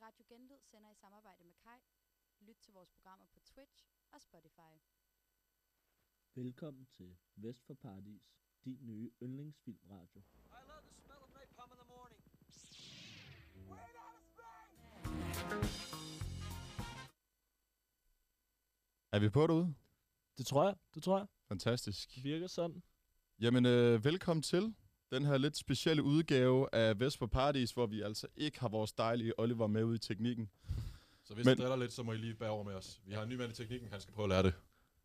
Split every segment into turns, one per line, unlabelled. Radio Genlyd sender i samarbejde med Kai. Lyt til vores programmer på Twitch og Spotify.
Velkommen til Vest for Paradis, din nye yndlingsfilmradio.
I love the smell of napalm in the morning.
Er vi på derude?
Det tror jeg. Det tror jeg.
Fantastisk.
Det virker sådan.
Jamen, øh, velkommen til den her lidt specielle udgave af Vesper Paradis, hvor vi altså ikke har vores dejlige Oliver med ude i teknikken.
Så hvis
Men-
Men... det driller lidt, så må I lige bære over med os. Vi har en ny mand i teknikken, han skal prøve at lære det.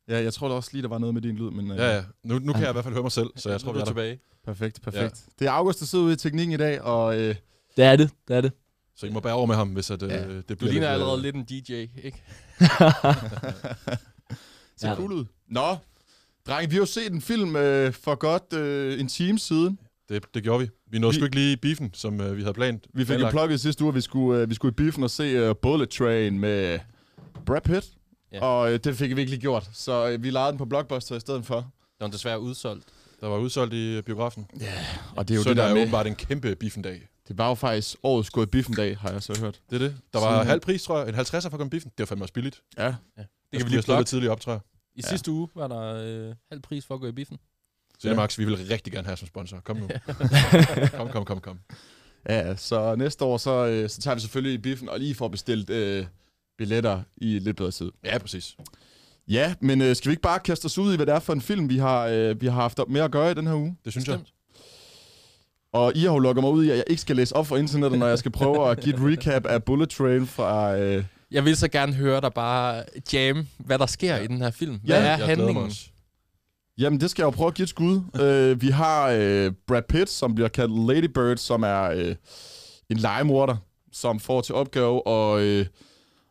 Ja, jeg tror da også lige, der var noget med din lyd, men øh,
Ja, ja. Nu, nu kan jeg i hvert fald høre mig selv, så jeg tror, vi er der.
tilbage.
perfekt, perfekt. Ja. Det er August, der sidder ude i teknikken i dag, og øh,
Det er det. Det er det.
Så I må bære over med ham, hvis at, øh,
Ja.
det bliver
Du ligner
øh,
allerede lidt en DJ, ikke?
ser
Ja.
cool ud. Nå, dreng, vi har jo set en film øh, for godt øh, en time siden.
Det, det gjorde vi. Vi nåede
Vi-
sgu ikke lige beefen, som øh, vi havde
Vi
planet.
fik jo
planlagt.
plukket sidste uge, at vi skulle, øh, vi skulle i biffen og se øh, Bullet Train med Brad Pitt. Ja.
Ja.
Og øh, det fik vi ikke lige gjort, så øh, vi lejede den på Blockbuster i stedet for.
Den er desværre udsolgt.
Der var udsolgt i øh, biografen.
Og det er jo
Søndag
det der
er
med,
åbenbart en kæmpe biffendag.
Det var jo faktisk årets gået biffen dag, har jeg så hørt.
Det er det. Der var
Sådan.
halv pris, tror jeg. En 50'er for at komme i biffen. Det var fandme også billigt. Altså,
Ja.
Det kan vi
lige
lige
slå lidt
plukke.
tidligt op, tror jeg.
I sidste uge var der øh, halv pris for at gå i biffen.
Så det, Max, vi vil rigtig gerne have som sponsor. Kom nu. kom, kom, kom, kom.
Ja, så næste år, så, øh, så tager vi selvfølgelig i biffen og lige får bestilt øh, billetter i lidt bedre tid.
Ja, præcis.
Ja, men øh, skal vi ikke bare kaste os ud i, hvad det er for en film, vi har, øh, vi har haft med at gøre i den her uge?
Det synes jeg.
Og I har jo lukket mig ud i, at jeg ikke skal læse op for internettet, når jeg skal prøve at give et recap af Bullet Train fra... Øh,
Jeg vil så gerne høre dig bare jamme, hvad der sker ja. i den her film. Hvad
Ja,
ja, er
Jeg glæder mig
handlingen?
også.
Jamen, det skal jeg jo prøve at give et skud. øh, vi har øh, Brad Pitt, som bliver kaldt Lady Bird, som er øh, en legemorder, som får til opgave at, øh,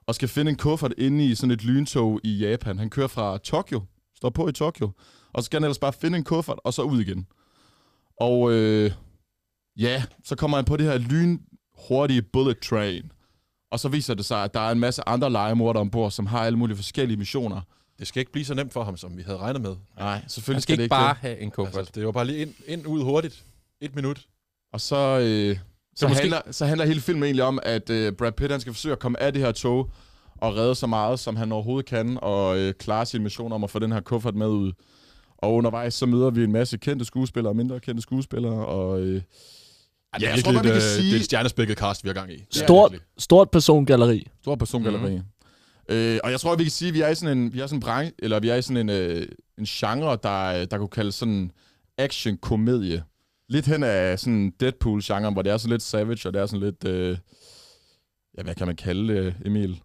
og skal finde en kuffert inde i sådan et lyntog i Japan. Han kører fra Tokyo, står på i Tokyo, og så skal han ellers bare finde en kuffert, og så ud igen. Og øh, ja, så kommer han på det her lynhurtige bullet train. Og så viser det sig, at der er en masse andre legemordere ombord, som har alle mulige forskellige missioner.
Det skal ikke blive så nemt for ham, som vi havde regnet med.
Nej,
Han
selvfølgelig
skal
det
Altså, ikke bare have en kuffert.
Altså, det var bare lige ind, ind ud hurtigt. Et minut.
Og så, øh, så,
måske-
handler, så handler hele filmen egentlig om, at øh, Brad Pitt han skal forsøge at komme af det her tog og redde så meget, som han overhovedet kan, og øh, klare sin mission om at få den her kuffert med ud. Og undervejs så møder vi en masse kendte skuespillere og mindre kendte skuespillere, og øh,
Ej,
Ja, jeg
virkelig
tror godt, vi
et,
kan
øh,
sige-
Det er et stjernespækket cast, vi har gang i. Det er
Stort,
virkelig.
stort persongalleri.
stor persongalleri. Mm. Øh, og jeg tror, vi kan sige, at vi er i sådan en, vi er sådan en branche, eller vi er i sådan en, øh, en genre, der, øh, der kunne kaldes sådan action-komedie. Lidt hen af sådan Deadpool-genren, hvor det er sådan lidt savage, og det er sådan lidt... Øh, ja, hvad kan man kalde det, Emil?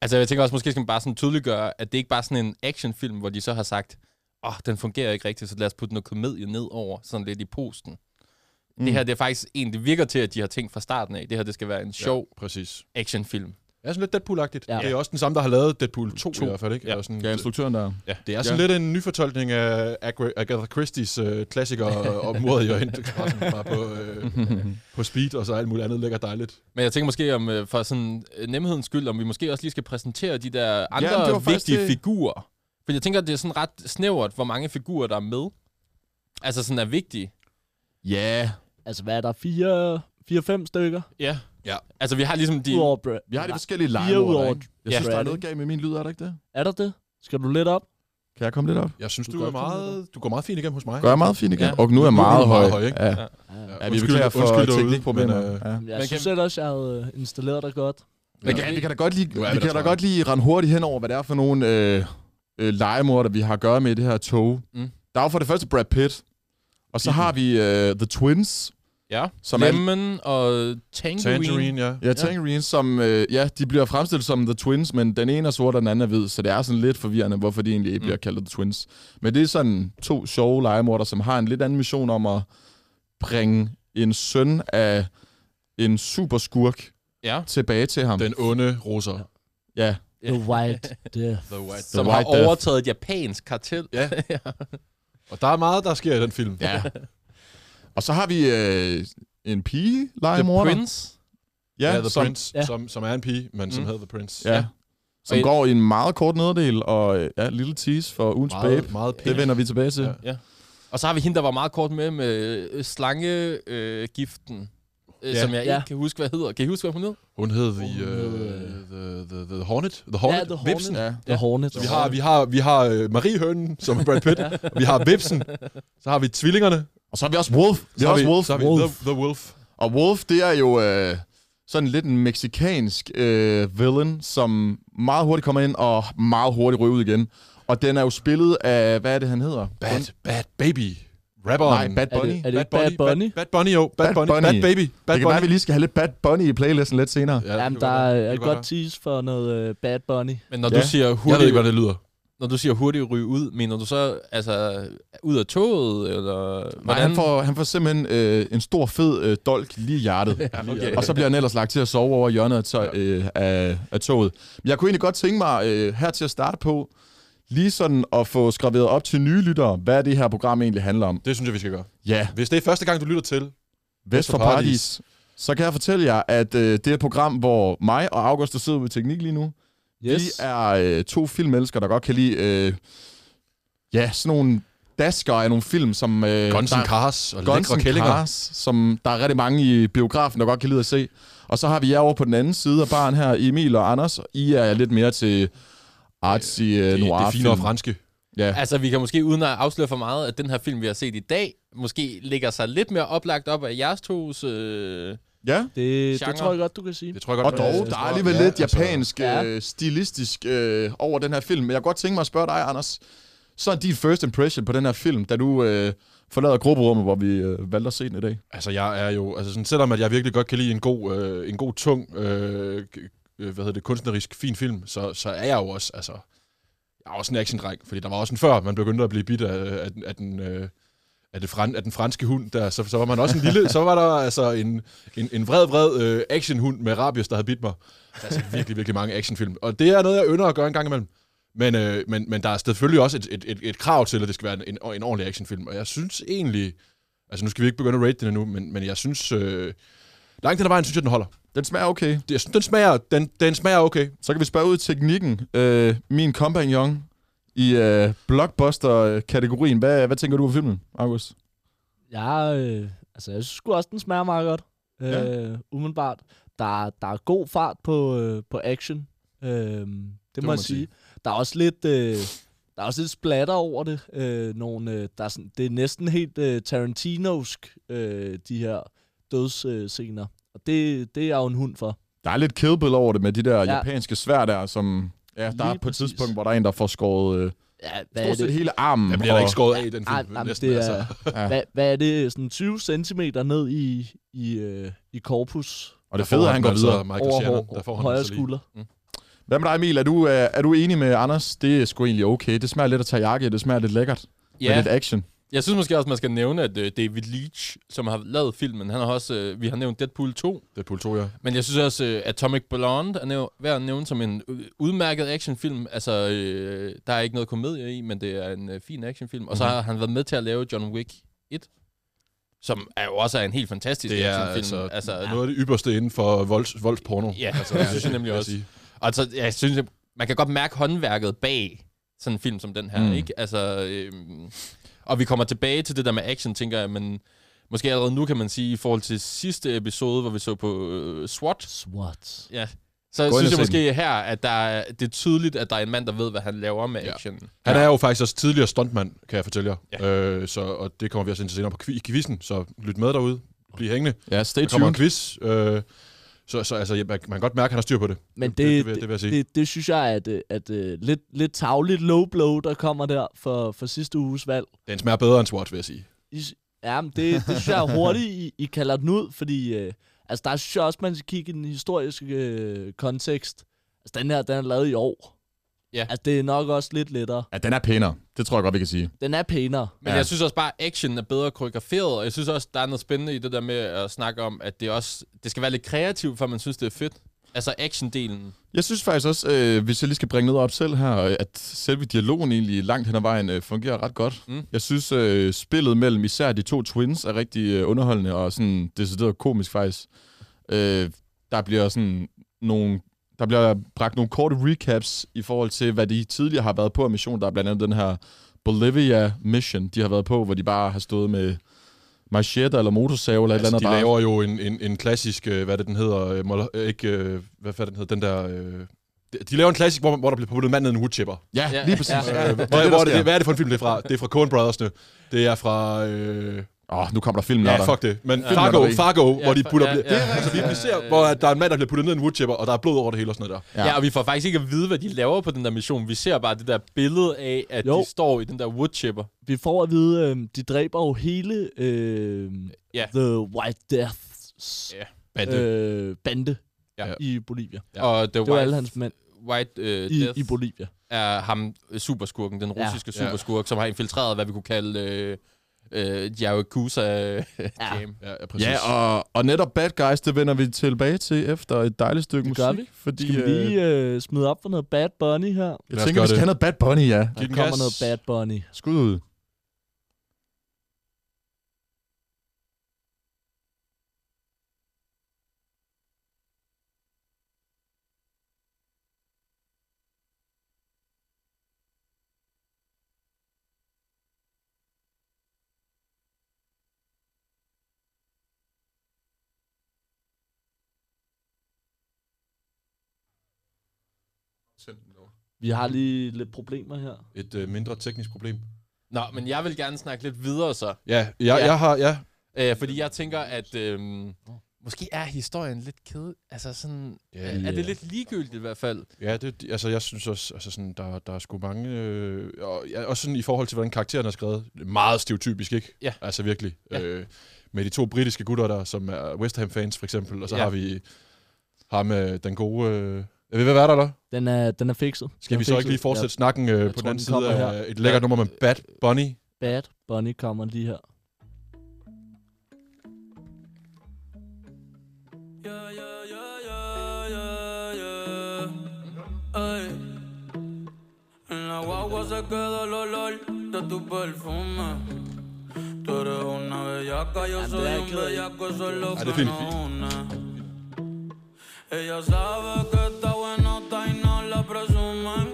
Altså, jeg tænker også, måske skal man bare sådan tydeliggøre, at det ikke bare er sådan en actionfilm, hvor de så har sagt, åh, oh, den fungerer ikke rigtigt, så lad os putte noget komedie ned over, sådan lidt i posten. Mm. Det her, det er faktisk en, det virker til, at de har tænkt fra starten af, det her, det skal være en sjov
Ja, præcis.
ja. actionfilm.
Det er sådan lidt Deadpool-agtigt.
Ja.
Ja. Det er også den samme, der har lavet Deadpool 2, 2. i hvert fald, ikke?
Ja.
Eller sådan,
Ja, instruktøren der.
ja. Det er sådan ja. lidt en nyfortolkning af Agra- Agatha Christie's øh, klassiker og mordet i Orientexpressen, bare på, øh, på speed og så alt muligt andet lækker dejligt.
Men jeg tænker måske, om øh, for sådan øh, nemhedens skyld, om vi måske også lige skal præsentere de der andre
det var
ja,
faktisk
vigtige
det-
det... figurer. For jeg tænker, det er sådan ret snævert, hvor mange figurer, der er med. Altså sådan er vigtige.
Ja,
Altså, hvad er der? Fire, fire fem stykker?
Ja.
Ja.
Altså, vi har ligesom de...
Udover Brad.
vi har de forskellige
Fire udover...
legemorder, ikke? Jeg
Ja.
synes, der er
Brad,
noget galt med min lyd, er der ikke det?
Er der det? Skal du lidt op?
Kan jeg komme lidt op?
Jeg synes,
Du
du,
kan
er
godt komme
meget, du går meget fint igennem hos mig.
Gør jeg meget fint igen?
Ja.
Ja. Og nu er jeg
Nu er
meget
du
høj.
meget høj, ikke?
Ja,
Ja.
ja vi
Undskyld-
beklager for
undskyld derude,
teknikproblemer.
men, øh,
Ja.
Jeg
Men
synes
kan-
selv også, jeg havde øh, installeret dig godt.
Men
Ja.
ja, vi kan da godt lige,
Nu er vi
vi
der,
kan da
tror jeg.
godt lige rende hurtigt hen over, hvad det er for nogle øh, øh, legemorder, vi har at gøre med i det her tog.
Mm.
Mm. Der er jo for det første Brad Pitt, og så
Pippen.
har vi øh, The Twins,
Ja.
som er,
Lemon og Tangerine.
Tangerine, ja.
ja, Tangerine, som, øh, ja, de bliver fremstillet som The Twins, men den ene er sort, og den anden er hvid, så det er sådan lidt forvirrende, hvorfor de egentlig ikke
Mm.
bliver kaldt The Twins. Men det er sådan to sjove legemorder, som har en lidt anden mission om at bringe en søn af en superskurk
Ja.
tilbage til ham.
Den onde russer.
Ja.
The White Death.
The White
Som
The
har
White Death.
overtaget et japansk kartel.
Ja. Og der er meget, der sker i den film.
Ja. Og så har vi øh, en pige
The
legemorder.
Prince.
Ja,
Ja, The
som,
Prince,
ja.
Som, som er en pige, men som
Mm.
hedder The Prince.
Ja. Som
Og-
går i en meget kort neddel, og øh, ja, lille tease for ugens meget, babe.
Meget, meget
Det
pænt.
vender vi tilbage til.
Ja.
Ja.
øh, Og så har vi hende, der var meget kort med med slangegiften. øh,
Ja.
som jeg
Ja.
ikke kan huske, hvad hedder. Kan I huske, hvad hun hed?
Hun hed The,
Hun
øh,
hed-
the, the, the Hornet. The Hornet.
The Hornet.
Vipsen.
Ja.
The Hornet.
Så vi har, vi har, vi har øh, Marie Hønen, som er Brad Pitt. og vi har Vipsen. Så har vi tvillingerne.
Og så har vi også Wolf. Vi
Så
har også Wolf.
Så har vi
Wolf.
The, the Wolf.
Og Wolf, det er jo øh, sådan lidt en meksikansk øh, villain, som meget hurtigt kommer ind og meget hurtigt ryger ud igen. Og den er jo spillet af, hvad er det, han hedder?
Bad, bad baby. Rapperen.
Nej, Bad
er
Bunny.
det, er det ikke Bad Bunny?
Bad, bad Bunny, jo. Bad,
Bad
Bunny.
Bunny.
Bad Baby. Bad
det kan være,
Bunny.
at vi lige skal have lidt Bad Bunny i playlisten lidt senere.
det
Jamen,
kan
der
godt
er,
være.
er
Det kan
godt
være.
tease for noget øh, Bad Bunny.
Men når
Ja.
ja. du siger
Jeg ved
hurtigt,
ikke, hvordan det lyder.
når du siger hurtigt ryge ud, mener du så altså ud af toget eller
Nej, han får, han får simpelthen øh, en stor, fed øh, dolk lige i hjertet.
okay.
Og så bliver han ellers lagt til at sove over i hjørnet af, tøj, øh, af, af toget. Men jeg kunne egentlig godt tænke mig øh, her til at starte på, lige sådan at få skraveret op til nye lyttere, hvad det her program egentlig handler om.
Det synes jeg, vi skal gøre.
Ja,
Hvis det er første gang, du lytter til,
Vest for
Paradis.
Paradis. Så kan jeg fortælle jer, at øh, det er et program, hvor mig og August, der sidder ved teknik lige nu, yes. vi er øh, to filmelskere, der godt kan lide øh, ja, sådan nogle dasker af nogle film, som... Øh,
Guns N' Cars og
Guns
Lækre
N'
Kællinger.
Cars, som der er rigtig mange i biografen, der godt kan lide at se. Og så har vi jer over på den anden side af baren her, Emil og Anders. I er lidt mere til artsy øh,
Det, det
noir
er finere franske.
Ja.
Altså, vi kan måske uden at afsløre for meget, at den her film, vi har set i dag, måske ligger sig lidt mere oplagt op af jeres tos... Øh...
ja.
Det,
Genre.
det tror jeg godt, du kan sige.
Det tror jeg godt.
Og dog,
det-
der er alligevel lidt
altså,
japansk, øh, stilistisk øh, over den her film. Men jeg kunne godt tænke mig at spørge dig, Anders. Så er din first impression på den her film, da du øh, forlader grupperummet, hvor vi øh, valgte at se den i dag.
Altså, jeg er jo... Altså, sådan, selvom at jeg virkelig godt kan lide en god, øh, en god tung, øh, øh, hvad hedder det, kunstnerisk fin film, så, så er jeg jo også, altså... Jeg er også en action-dreng, fordi der var også en før, man begyndte at blive bidt af, af, den- af den... Øh, af, det fran, af den franske hund, der, så, så var man også en lille, så var der altså en, en, en vred, vred øh, actionhund med rabies, der havde bidt mig. Der er altså virkelig, virkelig mange actionfilm, og det er noget, jeg ynder at gøre en gang imellem. Men, øh, men, men der er selvfølgelig også et, et, et, et krav til, at det skal være en, en, en ordentlig actionfilm, og jeg synes egentlig, Altså, nu skal vi ikke begynde at rate den endnu, men, men jeg synes... Øh, langt den ad vejen, synes jeg, den holder.
Den smager okay.
Det- Jeg synes, den smager, den, den smager okay.
Så kan vi spørge ud i teknikken. Øh, min kompagnon i øh, blockbuster-kategorien. Hvad, hvad tænker du om filmen, August?
Jeg, øh, altså, jeg synes sgu også, den smager meget godt. Øh,
Ja.
ja. Umiddelbart. Der, er- der er god fart på, øh, på action. Øh, det, det må
man
jeg sige. sige. Der er også lidt... Øh, der er også lidt splatter over det. Øh, nogle, øh, der er sådan, det er næsten helt øh, Tarantinosk, øh, de her dødsscener. Øh, scener. og det, det er jeg jo en hund for.
Der er lidt Kill Bill over det med de der ja.
Ja.
japanske svær der, som... Ja, der
Lige
er på et
præcis.
tidspunkt, hvor der er en, der får skåret øh,
Ja, hvad er
stort set
det?
hele armen.
Den bliver da
og-
ikke skåret af i den film.
Ej,
Ej,
jamen,
næsten,
det er,
altså.
Ja.
hvad, hvad er det? Sådan 20 cm ned i, i, øh, i korpus.
Og det
Der får
fede er, han går
altså
videre.
Michael
Over
Shannon, der får
hår,
han
højre
altså lige.
skulder.
Hvad med dig, Emil? Er du, øh, er du enig med Anders? Det er sgu egentlig okay. Det smager lidt af teriyaki, det smager lidt lækkert. Ja. Med
Ja,
lidt action.
jeg synes måske også, man skal nævne, at øh, David Leitch, som har lavet filmen, han har også... Øh, vi har nævnt Deadpool 2,
Det er Pol 2, ja.
men jeg synes også, øh, Atomic Blonde er næv- værd at nævne som en øh, udmærket actionfilm. Altså, øh, der er ikke noget komedie i, men det er en øh, fin actionfilm. Og så har han været med til at lave John Wick 1, som er jo også er en helt fantastisk
Det er
actionfilm.
altså, altså noget af det yderste inden for volds, voldsporno.
Ja, altså, det synes jeg nemlig
vil
også.
sige.
Og så, jeg synes, jeg- man kan godt mærke håndværket bag sådan en film som den her,
Mm.
mm. ikke? Altså, øhm, og vi kommer tilbage til det der med action, tænker jeg, men måske allerede nu kan man sige, i forhold til sidste episode, hvor vi så på øh, SWAT,
SWAT.
ja, så
Gå ind
synes jeg
og se
måske her, at der er, det er tydeligt, at der er en mand, der ved, hvad han laver med
Ja.
ja. action.
Han er jo faktisk også tidligere stuntmand, kan jeg fortælle jer.
Ja.
Øh, så, og det kommer vi også ind til senere på kvi- quizzen, så lyt med derude. Bliv hængende.
Ja, stay
Der kommer en
tuned.
quiz. Øh, så, så altså, ja, man, man kan godt mærke, at han har styr på det.
Men
det, det,
det,
vil, det
det,
vil jeg sige.
det, det synes jeg, at, øh, at, at lidt, lidt tavligt low blow, der kommer der for, for sidste uges valg.
Den smager bedre end SWAT, vil jeg sige.
I, s- ja, men det, det synes jeg er hurtigt, I, I kalder den ud, fordi øh, altså, der synes jeg også, man skal kigge i den historiske øh, kontekst. Altså, den her, den er lavet i år.
Ja.
Altså, det er nok også lidt lettere.
Ja, den er pænere. Det tror jeg godt, vi kan sige.
Den er pænere.
Men
Ja.
ja. jeg synes også bare, at action er bedre koreograferet, og jeg synes også, der er noget spændende i det der med at snakke om, at det også det skal være lidt kreativt, for man synes, det er fedt. Altså action-delen.
Jeg synes faktisk også, øh, hvis jeg lige skal bringe noget op selv her, øh, at selve dialogen egentlig langt hen ad vejen øh, fungerer ret godt. Mm.
Mm.
Jeg synes, øh, spillet mellem især de to twins er rigtig øh, underholdende og sådan decideret komisk faktisk. Øh, der bliver sådan nogle der bliver bragt nogle korte recaps i forhold til, hvad de tidligere har været på af mission. Der er blandt andet den her Bolivia Mission, de har været på, hvor de bare har stået med machete eller motorsav eller
Altså,
et eller andet.
de
bare-
laver jo en, en, en klassisk, øh, hvad er det den hedder, øh, Mol- øh, ikke, øh, hvad fanden hedder den der... Øh, de- de laver en klassisk, hvor, hvor der bliver puttet manden en woodchipper.
Ja,
Ja,
lige præcis.
ja.
Ja,
Øh,
ja.
hvor, hvor, er det,
sker.
hvad er det for en film, det er fra? Det er fra Coen Brothers, det. Det er fra... Øh,
Åh, oh, nu kommer der film
ja, fuck det. Men
Ja.
Fargo,
Filmlotteri.
Fargo, hvor de
fa-
putter...
ja,
Ja,
ja,
altså, vi, vi ser,
ja,
hvor
ja.
at der er en mand, der bliver puttet ned i en woodchipper, og der er blod over det hele og sådan noget der.
Ja. ja, og vi får faktisk ikke at vide, hvad de laver på den der mission. Vi ser bare det der billede af, at jo.
Jo.
de står i den der woodchipper.
Vi får at vide, øh, de dræber jo hele øh,
Ja.
The White Deaths
Bande.
øh, bande
Ja.
ja. i Bolivia.
Ja. Og
Det
The
var
White,
alle hans mænd
White øh,
i,
Death
i Bolivia.
er ham, øh, superskurken, den
Ja.
russiske
Ja.
superskurk, som har infiltreret, hvad vi kunne kalde øh, øh, Yakuza øh,
Ja.
jam.
Ja, ja, præcis.
Ja, og, og netop Bad Guys, det vender vi tilbage til efter et dejligt stykke
Det
musik.
gør vi.
Fordi,
Skal vi
øh,
lige øh, smide op for noget Bad Bunny her?
jeg
Lad
tænker,
os
vi
gøre
skal
det.
have noget Bad Bunny, ja.
Der
Giv den
kommer
gas.
noget Bad Bunny.
Skud ud.
Vi har lige lidt problemer her.
Et øh, mindre teknisk problem.
Nå, men jeg vil gerne snakke lidt videre så.
Ja, jeg,
Ja.
jeg har... Ja.
Øh, fordi jeg tænker, at øh, måske er historien lidt ked... Altså sådan...
Ja,
Yeah. Er
ja.
det lidt ligegyldigt i hvert fald?
Ja, det, altså jeg synes også, altså sådan, der, der er sgu mange, øh, og, ja, også sådan i forhold til, hvordan karakteren er skrevet, meget stereotypisk, ikke?
Ja.
Altså virkelig.
Ja.
Ja. Øh, med de to britiske gutter der, som er West Ham fans for eksempel, og så
Ja.
ja. har vi ham, øh, den gode, øh, jeg ved, hvad er der der?
Den er, den er fikset.
Skal
den
vi
er
så ikke
fikset.
lige fortsætte ja. snakken øh, på
tror,
den anden
den
side
kommer
af
her.
et lækkert nummer med Bad Bunny?
Ja, Bad Bunny kommer lige her.
Yeah, yeah, yeah, yeah, yeah, yeah. Ay. En la guagua se quedó el olor de tu perfume. Tú eres una bellaca, yo soy un bellaco, eso es lo
Ah,
que
de Phil.
nos une. Ella sabe que está buenota y no la presumen.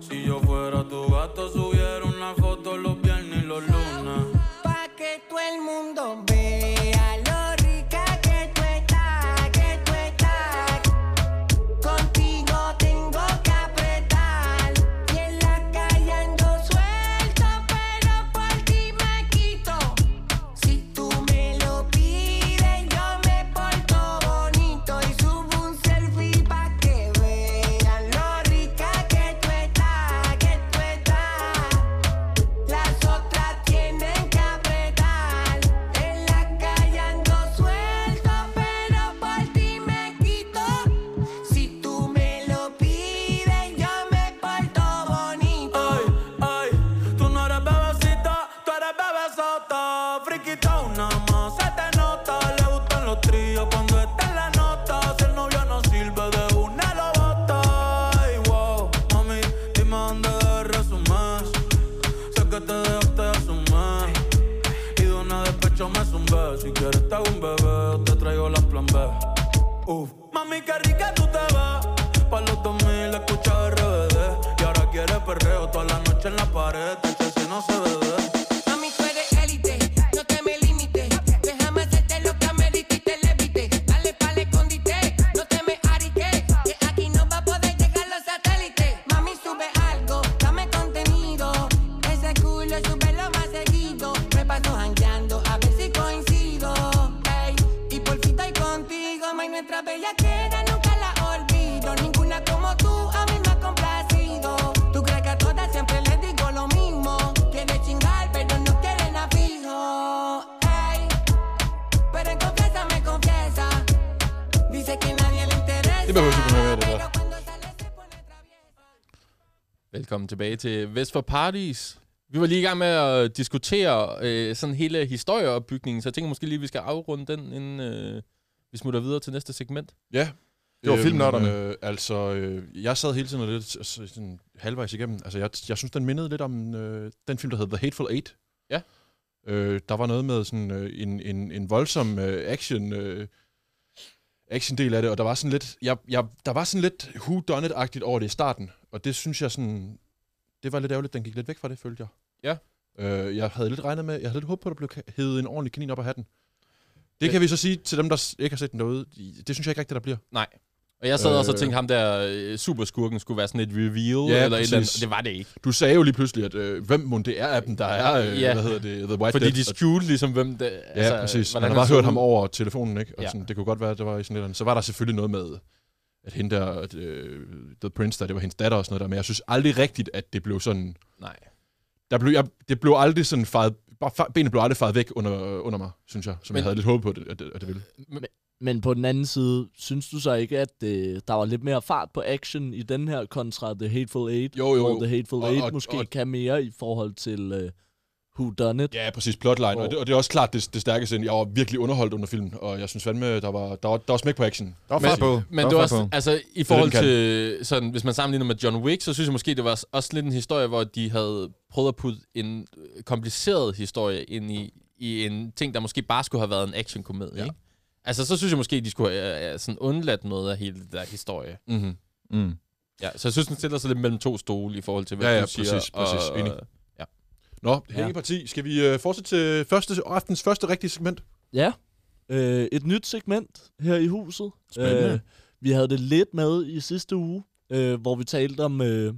Si yo fuera tu gato, subiera una foto los viernes y los lunes.
Pa' que todo el mundo vea lo rica que tú estás, que tú estás. Contigo tengo que apretar. Y en la calle ando suelto, pero por ti me quito. Si tú me lo pides, yo me porto bonito. Y subo un selfie pa' que vean lo rica que tú estás, que tú estás. Las otras tienen que apretar. En la calle ando suelto, pero por ti me quito. Si tú me lo pides, yo me porto bonito.
Ay, ay, tú no eres bebecita, tú eres bebesota. Friquita una más, se te nota. Le gustan los tríos cuando está en la nota. Si el novio no sirve de una, lo bota. Ay, wow, mami, dime dónde resumes. Sé que te dejaste asumir. Y de una despecho me zumbé. Si quieres te hago un bebé, te traigo la plan B. Uf. Mami, qué rica tú te vas. Pa' los 2000 escucha RBD. Y ahora quieres perreo toda la noche en la pared. Tacho, si no se ve.
Mami, tú eres élite, no te me limites. Déjame hacerte lo que amerita y te levite. Dale pa'l escondite, no te me ariques. Que aquí no va a poder llegar los satélites. Mami, sube algo, dame contenido. Ese culo sube lo más seguido. Me paso jangueando, a ver si coincido. Ey, y por fin estoy contigo, ma, y nuestra bella queda nunca la olvido. Ninguna como tú a mí me ha complacido. Tú crees que a todas siempre les digo lo mismo. Quieren chingar, pero no quieren a fijo. Ey, pero en confianza me confiesa. Dice que nadie le interesa.
Det behøver ikke være det der.
Pero cuando sale se pone traviesa.
Velkommen tilbage til Vest for Parties. Vi var lige i gang med at diskutere øh, sådan hele historieopbygningen, så jeg tænker måske lige, at vi skal afrunde den, inden øh, vi smutter videre til næste segment.
Ja.
Det var filmnørderne.
Øh, altså, øh, jeg sad hele tiden og lidt altså, sådan halvvejs igennem. Altså, jeg, jeg synes, den mindede lidt om øh, den film, der hedder The Hateful Eight.
Ja.
Øh, der var noget med sådan øh, en, en, en voldsom øh, action... Øh, action-del af det, og der var sådan lidt, jeg, jeg, der var sådan lidt who done it agtigt over det i starten, og det synes jeg sådan, det var lidt ærgerligt, den gik lidt væk fra det, følte jeg.
Ja.
Øh, jeg havde lidt regnet med, jeg havde lidt håbet på, at der blev hævet en ordentlig kanin op af hatten. Det kan vi så sige til dem, der s- ikke har set noget. Det synes jeg ikke rigtigt, der bliver.
Og jeg sad øh. også og
Øh.
tænkte, ham der øh, superskurken skulle være sådan et reveal,
Ja,
ja, eller et eller andet.
præcis.
Det var det ikke.
Du sagde jo lige pludselig, at øh, hvem må det er af dem, der er, øh,
Ja.
hvad hedder det, The White
Fordi
Death.
de skjulte ligesom, hvem det...
Ja, altså, præcis. Man har bare
så
hørt
ud.
ham over telefonen, ikke? Og
Ja.
ja. sådan, det kunne godt være, at det var i sådan et eller andet. Så var der selvfølgelig noget med, at hende der, at, øh, The Prince der, det var hendes datter og sådan noget der, men jeg synes aldrig rigtigt, at det blev sådan...
Nej.
Der blev, jeg, det blev aldrig sådan fejet... Bare, fe- benene blev aldrig fejet væk under, under mig, synes jeg.
Men-
Som men, jeg havde lidt håbet på, at, at, at det ville.
Men på den anden side, synes du så ikke, at øh, der var lidt mere fart på action i den her kontra The Hateful Eight?
Jo, jo.
Hvor The Hateful
Og-
Eight
og-
måske
og-
kan mere i forhold til øh, Who Done It?
Ja, præcis. Plotline.
Hvor-
Og det, og det er også klart det, det stærkeste. Jeg var virkelig underholdt under filmen, og jeg synes fandme, der var, der var, der var smæk på action.
Der var fart på.
Men
Der
det var
fart
også,
på.
altså i forhold til, sådan, hvis man sammenligner med John Wick, så synes jeg måske, det var også lidt en historie, hvor de havde prøvet at putte en øh, kompliceret historie ind i, i en ting, der måske bare skulle have været en actionkomedie, ja.
Ja.
ikke? Altså, så synes jeg måske, de skulle have øh, sådan undladt noget af hele det der historie.
Mm-hmm.
Mm.
Ja, så jeg synes, den stiller sig lidt mellem to stole i forhold til, hvad
Ja, ja,
du siger.
præcis, præcis.
og,
Enig. Nå, det
Ja.
ja. parti. Skal vi øh, fortsætte til første, aftens første rigtige segment?
Ja. Øh, et nyt segment her i huset. Øh,
Spændende.
vi havde det lidt med i sidste uge, øh, hvor vi talte om øh,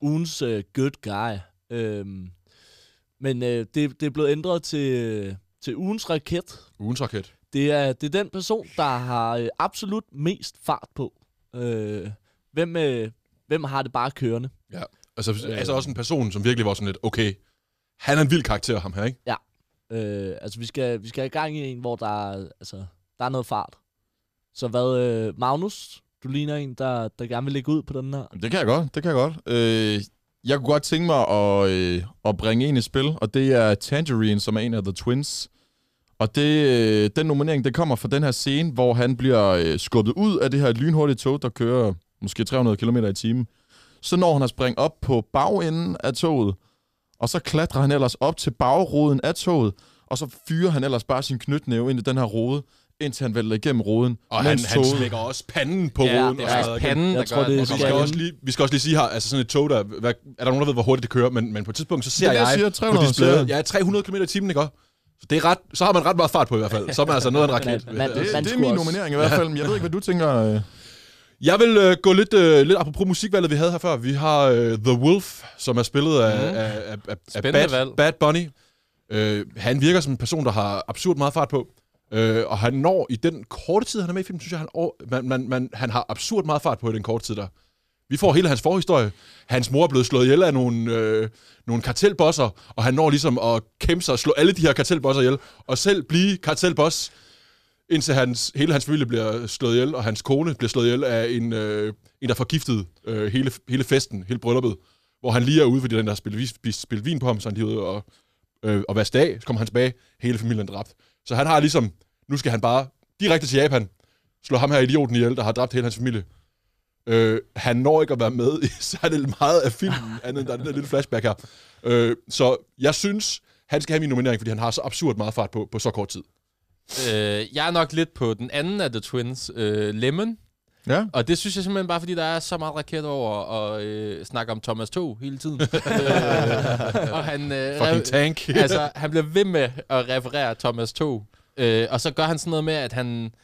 ugens øh, good guy. Øh, men øh, det, det er blevet ændret til, øh, til ugens raket.
Ugens raket.
Det er, det er den person, der har øh, absolut mest fart på. Øh, hvem, øh, hvem har det bare kørende?
Altså,
Øh.
øh. altså også en person, som virkelig var sådan lidt, okay, han er en vild karakter, ham her, ikke?
Øh, altså, vi skal, vi skal i gang i en, hvor der, er, altså, der er noget fart. Så hvad, øh, Magnus? Du ligner en, der, der gerne vil lægge ud på den her.
Jamen, Det kan jeg godt, det kan jeg godt. Øh, jeg kunne godt tænke mig at, øh, at bringe en i spil, og det er Tangerine, som er en af The Twins. Og det, øh, den nominering, det kommer fra den her scene, hvor han bliver øh, skubbet ud af det her lynhurtige tog, der kører måske 300 km i timen. Så når han at springe op på bagenden af toget, og så klatrer han ellers op til bagruden af toget, og så fyrer han ellers bare sin knytnæve ind i den her rode, indtil han vælter igennem roden.
Og han,
mens
han
toget-
smækker også panden på
ja,
roden.
det er
og sådan
også
noget
panden,
Jeg
der
tror,
gør
det er
igen. Og vi
Ja,
skal,
ja.
også lige, vi skal også lige sige her, altså sådan et tog, der, hvad, er der nogen, der ved, hvor hurtigt det kører, men, men på et tidspunkt, så
Det
ser
er det, jeg
jeg,
siger, 300
på displayet,
siger
ja, 300 km i timen, ikke også? Så, det er ret, så har man ret meget fart på i hvert fald. Så er man altså noget af en raket.
Man- man-
Øh,
man-
Det, det er
skulle
min
også.
nominering i hvert fald, men jeg ved ikke, hvad du tænker. Øh.
Jeg vil øh, gå lidt, øh, lidt apropos musikvalget, vi havde her før. Vi har øh, The Wolf, som er spillet af,
Mhm.
mm. af, af, af, af
Spændende valg.
Bad, Bad Bunny. Øh, han virker som en person, der har absurd meget fart på. Øh, og han når i den korte tid, han er med i filmen, synes jeg, han, over, man, man, man, han har absurd meget fart på i den korte tid der. Vi får hele hans forhistorie. Hans mor er blevet slået ihjel af nogle, øh, nogle kartelbosser, og han når ligesom at kæmpe sig og slå alle de her kartelbosser ihjel, og selv blive kartelboss, indtil hans, hele hans familie bliver slået ihjel, og hans kone bliver slået ihjel af en, øh, en der forgiftede øh, hele, hele festen, hele brylluppet, hvor han lige er ude, fordi den der spil, spil, spil vin på ham, så han lige er ude og, øh, og vaske det af, så kommer han tilbage, hele familien er dræbt. Så han har ligesom, nu skal han bare direkte til Japan, slå ham her idioten ihjel, der har dræbt hele hans familie. Øh, han når ikke at være med i særlig meget af filmen, andet end der er den der lille flashback her. Øh, så jeg synes, han skal have min nominering, fordi han har så absurd meget fart på, på så kort tid.
Øh, jeg er nok lidt på den anden af The Twins, øh, Lemon.
Ja.
Og det synes jeg simpelthen bare, fordi der er så meget raket over at øh, snakke om Thomas 2 hele tiden. øh, og han, øh,
Fucking
re-
tank.
altså, han bliver ved med at referere Thomas 2. Øh, og så gør han sådan noget med, at han,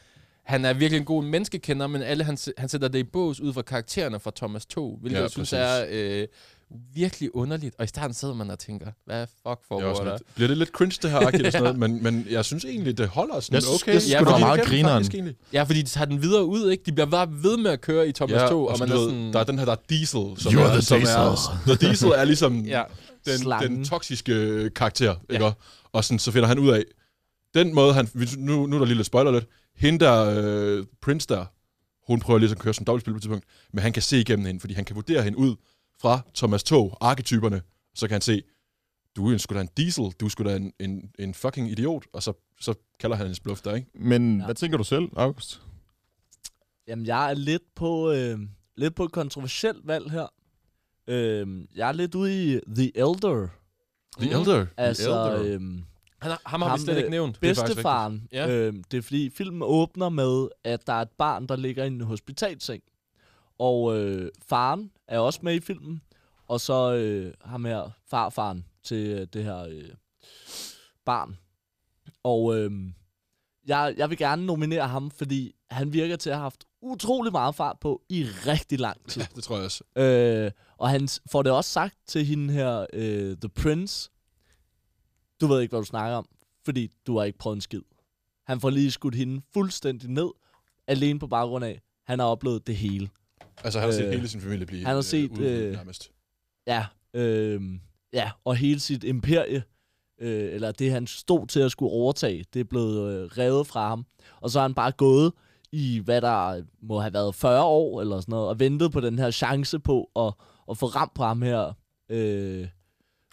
han er virkelig en god menneskekender, men alle han, han sætter det i bås ud fra karaktererne fra Thomas 2, hvilket ja,
Ja,
jeg synes er
præcis.
øh, virkelig underligt. Og i starten sidder man og tænker, hvad fuck
Det er
foregår
også
der?
lidt, bliver det lidt cringe, det her agtigt og sådan noget, men, men jeg synes egentlig, det holder sådan
Jeg synes-
okay.
jeg synes
sgu, det var
fordi
meget
kan
grineren.
faktisk egentlig.
Ja, fordi de tager den videre ud, ikke? De bliver bare ved med at køre i Thomas
Ja,
2,
og,
og
så
man
du
er
ved,
sådan...
der er den her, der er Diesel. Som
You're
er,
the
som
Diesel.
Er, the Diesel er ligesom
Ja.
ja. den,
Slangen.
den toksiske øh, karakter,
Ja.
ikke? Og- Og sådan, så finder han ud af, den måde han, vi- nu, nu er der lige lidt spoiler lidt, hende der, øh, Prince der, hun prøver ligesom at køre som dobbeltspil på et tidspunkt, men han kan se igennem hende, fordi han kan vurdere hende ud fra Thomas Tog, arketyperne, så kan han se, du er sgu da en diesel, du er sgu da en, en, en fucking idiot, og så, så kalder han hans bluff der, ikke?
Men
Ja.
ja. hvad tænker du selv, August?
Jamen, jeg er lidt på, øh, lidt på et kontroversielt valg her. Øh, jeg er lidt ude i The Elder.
The
Mm.
Elder.
Altså,
Elder.
øhm,
Han, har- ham har
Ham,
vi slet
øh,
ikke nævnt.
er faktisk
bedstefaren. Det er,
Ja.
øhm, det er fordi, filmen åbner med, at der er et barn, der ligger i en hospitalseng. Og øh, faren er også med i filmen. Og så øh, ham her, farfaren til øh, det her øh, barn. Og øh, jeg, jeg vil gerne nominere ham, fordi han virker til at have haft utrolig meget fart på i rigtig lang tid.
Ja, det tror jeg også.
Øh, og han s- får det også sagt til hende her, øh, The Prince. Du ved ikke, hvad du snakker om, fordi du har ikke prøvet en skid. Han får lige skudt hende fuldstændig ned, alene på baggrund af, han har oplevet det hele.
Altså, han har set
Øh,
hele sin familie blive
han har set,
udryddet
øh,
nærmest.
Ja, øh, ja og hele sit imperie, øh, eller det han stod til at skulle overtage, det er blevet øh, revet fra ham. Og så er han bare gået i, hvad der må have været 40 år eller sådan noget, og ventet på den her chance på at, at få ramt på ham her. Øh,
Ja,
The
det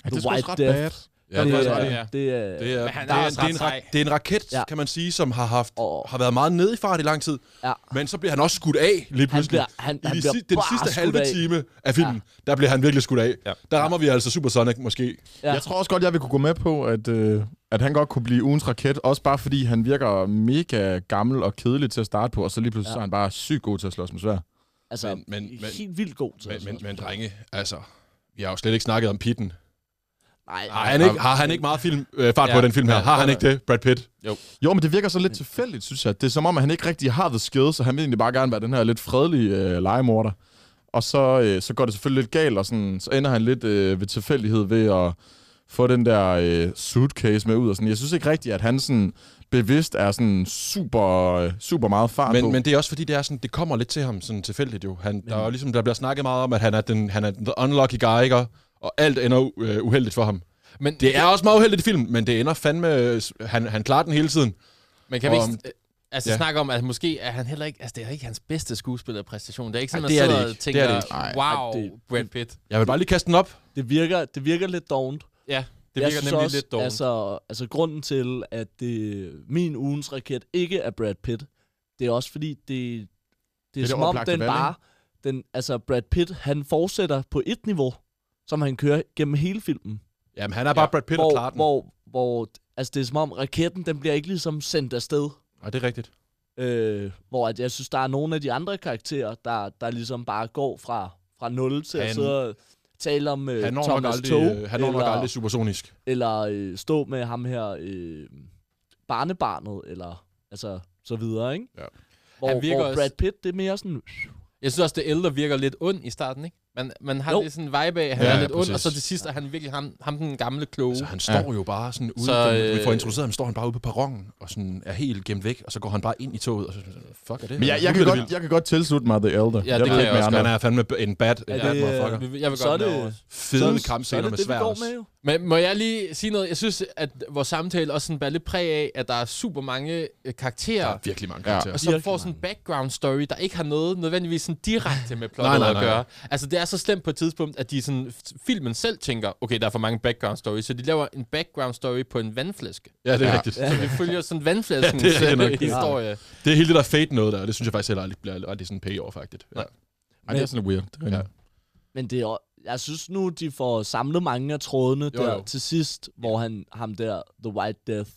er sgu også
White
ret
Death.
bad.
Ja, det, det, er, det, er,
ja.
det er,
det, er,
Men han
det,
er
er,
også
det, er en,
ret
ra-
sej.
det er en raket,
Ja.
ja. kan man sige, som har haft
Og-
har været meget nede i fart i lang tid.
Ja.
Men så bliver han også skudt af lige
han
pludselig.
bliver, han,
I
han
de,
bliver
si- den
bare
sidste
skudt
halve
af.
time af filmen, ja. der bliver han virkelig skudt af.
Ja.
Ja. Der rammer vi altså Super Sonic måske.
Ja.
Jeg tror også godt, jeg vil kunne gå med på, at, øh, at han godt kunne blive ugens raket. Også bare fordi han virker mega gammel og kedelig til at starte på, og så lige pludselig
Ja.
ja. så er han bare sygt god til at slås med svær.
Altså, men,
Men-
men,
men-
men,
men-
helt vildt god til. at
Men, men,
slås.
men drenge, altså, vi har jo slet ikke snakket om Pitten.
Nej,
Har han ikke, har han ikke meget film, øh, fart ja. på
Ja.
den film her?
Ja.
Har han ikke det, Brad Pitt?
Jo, men det virker så lidt tilfældigt, synes jeg. Det er som om, at han ikke rigtig har the skills, så han vil egentlig bare gerne være den her lidt fredelige øh, legemorder. Og så, øh, så går det selvfølgelig lidt galt, og sådan, så ender han lidt øh, ved tilfældighed ved at få den der øh, suitcase med ud. Og sådan. Jeg synes ikke rigtigt, at han sådan bevidst er sådan super, øh, super meget fart på.
Men, men det er også fordi, det, er sådan, det kommer lidt til ham sådan tilfældigt jo. Han, der, er jo ligesom, der bliver snakket meget om, at han er den han er the unlucky guy, ikke? Og- Og alt ender u- øh, uheldigt for ham.
Men,
Det er også meget uheldigt i filmen, men det ender fandme... øh, s- Han, han klarer den hele tiden.
men kan vi
om-
ikke øh, altså,
Ja.
ja. snakke om, at måske er han heller ikke... Altså, det er ikke hans bedste skuespillerpræstation. Det er ikke sådan,
Ej,
at
det er
man
det
sidder og
ikke. Det er
tænker,
det
wow,
Ej, det-
Brad Pitt.
Jeg vil bare lige kaste den op.
det, virker, det virker lidt dovent.
Ja, det
Jeg
virker
synes
nemlig lidt dårligt.
Altså, altså, grunden til, at det, min ugens raket ikke er Brad Pitt, det er også fordi, det, det, det er
det
som om,
oplagte
den
valg,
bare... Den, altså, Brad Pitt, han fortsætter på et niveau, som han kører gennem hele filmen.
Jamen, han er bare ja. Brad Pitt og klarer
Hvor,
den. Hvor...
hvor, hvor, altså, det er som om, raketten, den bliver ikke ligesom sendt afsted.
Ja, det er rigtigt.
Øh, hvor at jeg synes, der er nogle af de andre karakterer, der, der ligesom bare går fra, fra 0 til han, at
Han-
sidde og tale om øh,
Han når nok
Thomas
aldrig,
Tog,
øh, han når nok
eller,
aldrig supersonisk.
eller øh, stå med ham her, øh, barnebarnet, eller altså så videre, ikke?
Ja.
Hvor,
Han virker
hvor
også-
Brad Pitt, det er mere sådan...
Jeg synes også, det ældre virker lidt ond i starten, ikke? Man, man har
Jo.
jo. lidt sådan en vibe af, at han
Ja,
ja, er lidt ond,
præcis.
og så til sidst er han virkelig ham, ham den gamle kloge.
Altså, han står ja. jo bare sådan ude,
Så,
så, øh... vi får
øh,
introduceret ham, står han bare ude på perronen, og sådan er helt gemt væk, og så går han bare ind i toget, og så fuck er det?
Men jeg, jeg, kan godt, jeg kan godt tilslutte mig The Elder.
det kan
ved
jeg
ikke
også
med
Han
andre.
er fandme en bad, en
Er
bad
det, øh,
motherfucker.
Jeg vil, jeg vil
Så er
godt
det-
med over.
Fede
så er
kampscener
det
med
det, vi går
sværs.
med jo.
Men må jeg lige sige noget? Jeg synes, at vores samtale også sådan bærer lidt præg af, at der er super mange øh,
Der
karakterer,
er virkelig mange
Ja.
karakterer.
og så
virkelig
får sådan en background story, der ikke har noget nødvendigvis sådan direkte med
Nej,
plottet
nej,
at
nej.
gøre. Altså, det er så slemt på et tidspunkt, at de sådan, f- filmen selv tænker, okay, der er for mange background stories, så de laver en background story på en vandflaske.
Ja, det er
Ja.
rigtigt.
Så vi følger sådan vandflaskens
Ja, det er rigtig nok.
historie.
Det er hele det der fate noget der, og det synes jeg faktisk heller aldrig bliver rigtig sådan payoff faktisk. Ja.
Ej, det er sådan lidt weird. Det er rigtigt.
Men det er, o- jeg synes nu, de får samlet mange af trådene jo,
Jo,
der
jo.
til sidst, hvor han, ham der, The White Death.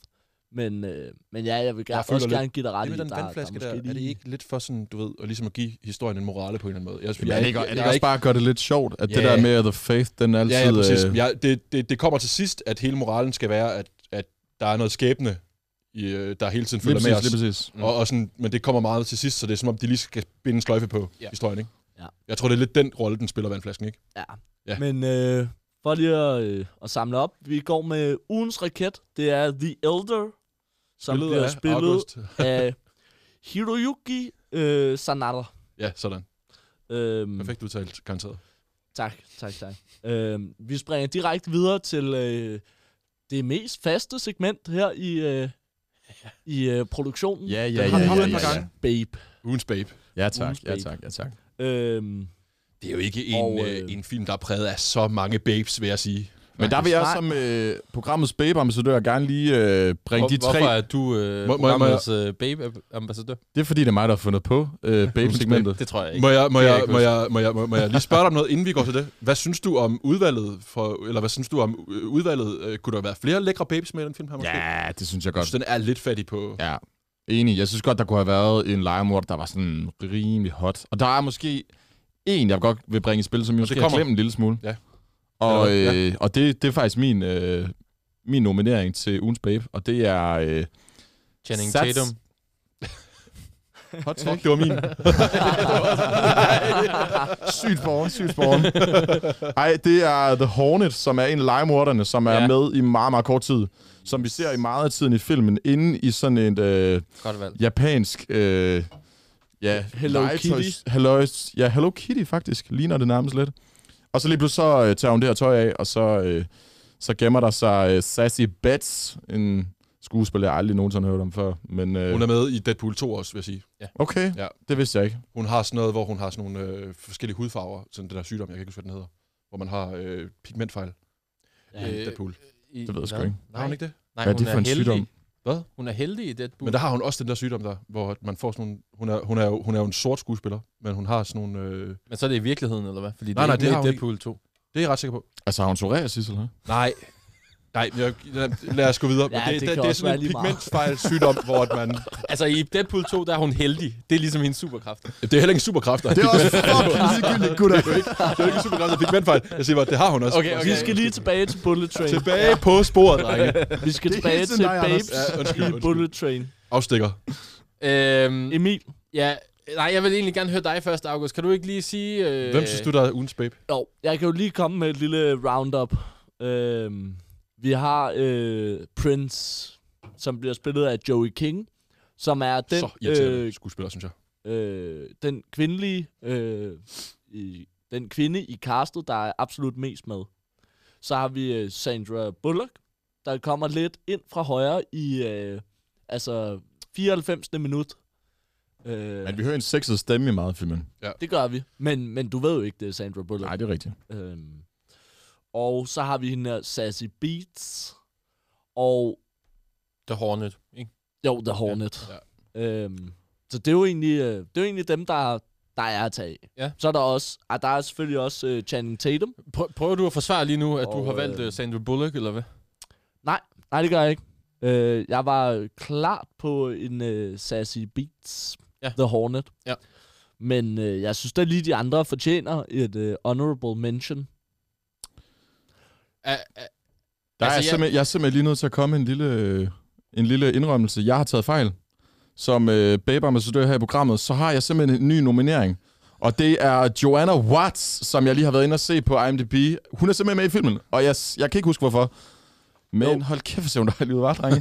Men, øh, men ja, jeg vil gerne,
Jeg føler
også
lidt-
gerne give dig ret
Det med
i,
den
der,
vandflaske
der,
der,
måske
er det
lige-
ikke lidt for sådan, du ved, at ligesom at give historien en morale på en eller anden måde? Jeg,
Jamen, er det ikke, er det ikke også bare at gøre det lidt sjovt, at det
Ja.
der med at The Faith, den er altid...
Ja, ja, præcis.
øh,
Ja, det, det, det kommer til sidst, at hele moralen skal være, at, at der er noget skæbne, i, øh, der hele tiden
lige
følger med
præcis,
os.
lige præcis.
Og, og sådan, men det kommer meget til sidst, så det er som om, de lige skal binde en sløjfe på
Ja.
ja. historien, ikke?
Ja.
Jeg tror, det er lidt den rolle, den spiller vandflasken, ikke?
Ja. ja.
Ja.
Men øh, for lige at, øh, at samle op, vi går med ugens raket. Det er The Elder, som spillet bliver
af
spillet
August.
af Øh, Hiroyuki øh, Sanada.
Ja, sådan.
Øhm,
Perfekt udtalt, garanteret.
Tak, tak, tak. Øhm, vi springer direkte videre til øh, det mest faste segment her i, øh, i øh, produktionen.
Ja, ja,
Den
ja,
har vi
ja,
haft
ja,
et par
ja,
gange. Babe.
Ugens babe.
Ja tak,
Ugens
ja
babe.
tak, ja tak.
Øhm,
Det er jo ikke en,
Og,
og,
øh,
øh, en film, der er præget af så mange babes, vil jeg sige.
Men der vil jeg som øh, programmets babeambassadør gerne lige øh, bringe
Hvor,
de tre...
Hvorfor er du øh,
Må- må- må jeg-
programmets øh, babe-ambassadør?
Det er fordi, det er mig, der har fundet på øh, babesegmentet.
Det tror jeg ikke.
Må jeg, må,
Det kan
jeg,
jeg
må,
ikke
jeg, må, jeg, må, må jeg lige spørge dig om noget, inden vi går til det? Hvad synes du om udvalget? For, eller hvad synes du om øh, udvalget? Øh, Kunne der være flere lækre babes med i den film her måske?
Ja, det synes jeg
Jeg
godt.
synes, den er lidt fattig på... Ja.
Ja, enig. Jeg synes godt, der kunne have været en legemord, der var sådan rimelig hot. Og der er måske en, jeg godt vil bringe i spil, som jeg måske har
kommer.
glemt en lille smule.
Ja.
Og,
Ja,
øh, og det, det er faktisk min, øh, min nominering til ugens babe, og det er... Øh,
Channing
Sats.
Tatum.
hot talk, det var min. sygt foran, sygt foran. Ej, det er The Hornet, som er en af legemorderne, som er
Ja.
ja. med i meget, meget kort tid. Som vi ser i meget af tiden i filmen, inde i sådan et øh,
Godt valg.
japansk... Øh, ja,
Hello
legetøjs-
Kitty.
Hello, ja, Hello Kitty faktisk. Ligner det nærmest lidt. Og så lige pludselig så øh, tager hun det her tøj af, og så, øh, så gemmer der sig øh, Sassy Betts, en skuespiller, jeg aldrig nogensinde har hørt om før. Men, øh,
Hun er med i Deadpool 2 også, vil jeg sige.
Okay,
Ja.
ja. det vidste jeg ikke.
Hun har sådan noget, hvor hun har sådan nogle øh, forskellige hudfarver. Sådan den der sygdom, jeg kan ikke huske, hvad den hedder. Hvor man har øh, pigmentfejl ja, i
Øh,
Deadpool.
I,
Det ved jeg sgu
hvad?
ikke.
Har hun ikke det?
Nej,
Hvad er
hun
det for en
heldig.
sygdom?
Hvad?
Hun er heldig i Deadpool.
Men der har hun også den der sygdom der, hvor man får sådan nogle... Hun er, hun er, jo, hun er jo en sort skuespiller, men hun har sådan nogle... Øh,
Men så er det i virkeligheden, eller hvad? Fordi
Nej, nej,
det,
det
er
har
ikke
hun
med i
ikke.
Deadpool 2.
det er jeg ret sikker på.
Altså, har hun psoriasis, eller hvad?
Nej. Nej, jeg, lad, lad os gå videre.
Ja,
Men
det
det, det,
kan
det er
også være
sådan en
lige meget.
pigmentfejl sygdom, hvor at man...
Altså, i Deadpool 2, der er hun heldig. Det er ligesom hendes superkraft.
Det er heller ikke en superkraft. Det
Det er også fucking ligegyldigt, gutter.
Det er ikke en superkraft, det er pigmentfejl. Jeg siger bare, det har hun også.
Okay, okay.
Vi skal lige tilbage til Bullet Train.
Tilbage på sporet, drenge.
Vi skal
Det er
tilbage
hele
til
tiden dig, Anders.
Babes
Ja, undskyld,
i
undskyld.
Bullet Train.
Afstikker.
Øhm,
Emil,
ja, nej, jeg vil egentlig gerne høre dig først, August. Kan du ikke lige sige... Øh,
Hvem synes du, der er ugens babe?
jo, jeg kan jo lige komme med et lille roundup. Øhm, vi har øh, Prince, som bliver spillet af Joey King, som er den
så irriterende øh, skuespiller, synes jeg.
øh, den kvindelige, øh, i, den kvinde i castet, der er absolut mest med. Så har vi øh, Sandra Bullock, der kommer lidt ind fra højre i, øh, altså, 94. minut. Øh,
Men vi hører en sexet stemme i meget af filmen.
det gør vi, men, men du ved jo ikke, det er Sandra Bullock.
Nej, det er rigtigt.
Øhm. Og så har vi hende her, Sassy Beats, og
The Hornet, ikke?
jo, The Hornet.
Ja,
Øhm. Så det er jo egentlig, øh, det er jo egentlig dem, der, der er at tage af.
Ja.
Så er der også, ah, der er selvfølgelig også øh, Channing Tatum.
Prøv, prøver du at forsvare lige nu, at og, du
Og,
har valgt
øh,
øh, Sandra Bullock, eller hvad?
Nej, det gør jeg ikke. Øh, jeg var klart på en øh, Sassy Beats,
Ja.
The Hornet.
Ja.
Men øh, jeg synes da lige, de andre fortjener et øh, honorable mention.
Er, er,
Der altså,
Altså,
er
jeg-
jeg... Simpelthen, jeg er simpelthen lige nødt til at komme en lille, øh, en lille indrømmelse. Jeg har taget fejl. Som øh, babeambassadør her i programmet, så har jeg simpelthen en ny nominering. Og det er Joanna Watts, som jeg lige har været inde og se på IMDb. Hun er simpelthen med i filmen, og jeg, s- jeg kan ikke huske hvorfor. Men
Jo.
jo. hold kæft, hvor hun dejlig ud, var, drenge.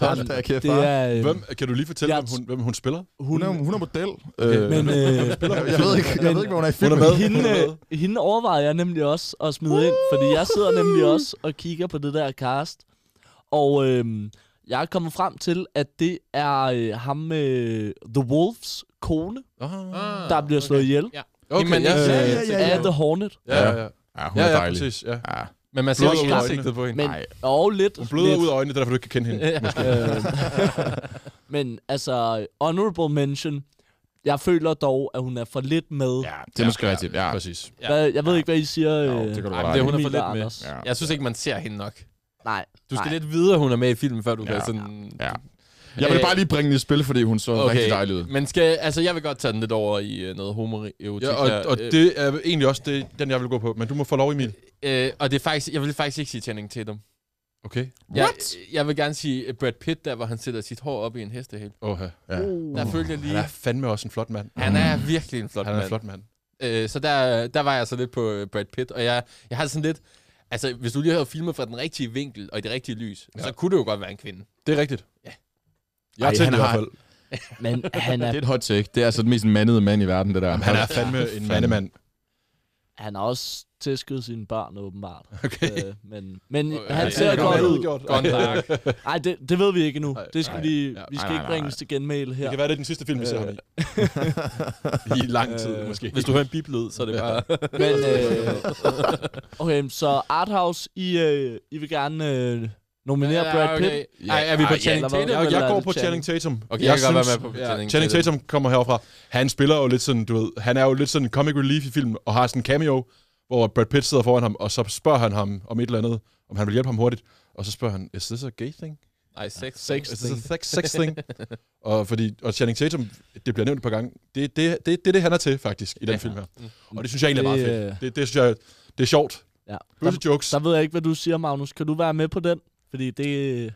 hold da kæft,
det
hva'?
er, øh,
Hvem, kan du lige fortælle,
jeg-
hvem hun, hvem hun spiller?
Hun er, hun er model.
Okay.
Øh,
Men, øh,
jeg, jeg, ved ikke, jeg ved ikke, hvor hun er i filmen.
med.
Hende, øh, hende overvejede jeg nemlig også at smide ind, fordi jeg sidder nemlig også og kigger på det der cast. Og øhm, jeg er kommet frem til, at det er øh, ham, øh, The Wolves kone,
Ah,
der bliver slået ihjel
Ja.
Okay,
Jamen,
ja,
jeg-
ja, ja,
ja, af The Hornet.
ja, ja, ja,
Ja, hun
ja,
er
ja,
dejlig.
præcis, ja.
Ja.
Men man ser
Blod
Altså, ikke
ud af
ansigtet på hende.
Men,
Nej.
og lidt.
Hun bløder
lidt,
ud af øjnene, det er derfor, du ikke kan kende hende.
øhm, men altså, honorable mention, jeg føler dog, at hun er for lidt med.
Ja, det er måske rigtigt. Ja.
Præcis.
ja.
Hvad, jeg ved
Ja.
ikke, hvad I siger.
Jo,
øh,
det kan du
Ej,
godt
men
have
det
ret
er hun er
Emil
for lidt
og
med.
Anders.
i. Ja.
Jeg synes ikke, man ser hende nok.
Nej,
Du skal
nej.
lidt videre, hun er med i filmen, før du
Ja.
kan sådan...
Ja. Jeg vil
Øh,
bare lige bringe den i spil, fordi hun så okay. rigtig dejlig ud.
Men skal, altså, jeg vil godt tage den lidt over i øh, noget Øh, homo
Ja, og, og det er egentlig også det, den, jeg vil gå på, men du må få lov, Emil.
Øh, og det er faktisk, jeg vil faktisk ikke sige Channing Tatum.
Okay?
Jeg, jeg vil gerne sige øh, Brad Pitt, der hvor han sætter sit hår op i en hestehæl.
Åh, ja.
Oh.
Der følte jeg
Uh, Han
lige...
er fandme også en flot mand.
Han
Mm.
er virkelig en flot
Han er en
mand.
flot mand.
Øh, så der, der var jeg så lidt på øh, Brad Pitt, og jeg, jeg har sådan lidt... Altså, hvis du lige havde filmet fra den rigtige vinkel og i det rigtige lys, ja. så kunne det jo godt være en kvinde.
Det er rigtigt.
Ja.
Jeg
Ej,
tænkte
han
i hvert
har-
fald.
Men han er
Det er et hot take. Det er altså den mest mandede mand i verden, det der.
Han er fandme en mandemand.
Han har også tæsket sine børn, åbenbart.
Okay.
Øh, men men
Øh,
han
ja,
ser
ja,
godt
ja.
ud.
Godt.
Godt nok.
Nej, det, det ved vi ikke endnu.
Nej,
det skal
nej,
vi,
ja.
vi skal
Nej, nej,
ikke
nej,
bringes til genmæl her.
Det kan være, det er den sidste film, vi ser ham i. I lang tid,
Øh,
måske.
Hvis du hører en biblød, så er det bare...
Men, øh, okay, så Arthouse, I, øh, I vil gerne øh, nominere Brad Pitt.
Okay. Ej, er vi på
Ej,
Channing
eller hvad?
Tatum?
Jeg-
Jeg,
eller-
jeg går
det
på
Channing?
Channing Tatum.
Okay, jeg kan godt være med på Channing
Channing
Tatum.
Tatum kommer herfra. Han spiller jo lidt sådan, du ved, han er jo lidt sådan comic relief i filmen, og har sådan en cameo, hvor Brad Pitt sidder foran ham, og så spørger han ham om et eller andet, om han vil hjælpe ham hurtigt. Og så spørger han, is this a gay thing?
Ej, sex.
Sex
Is
thing.
this a sex, sex thing? og, fordi, og Channing Tatum, det bliver nævnt et par gange, det, det, det, det er det, han er til, faktisk, i den
Ja.
film her. Og det synes jeg egentlig er
Det,
meget fedt.
øh,
Det, det synes jeg, det er sjovt.
Ja.
Bøsse jokes.
Så ved jeg ikke, hvad du siger, Magnus. Kan du være med på den? Fordi det...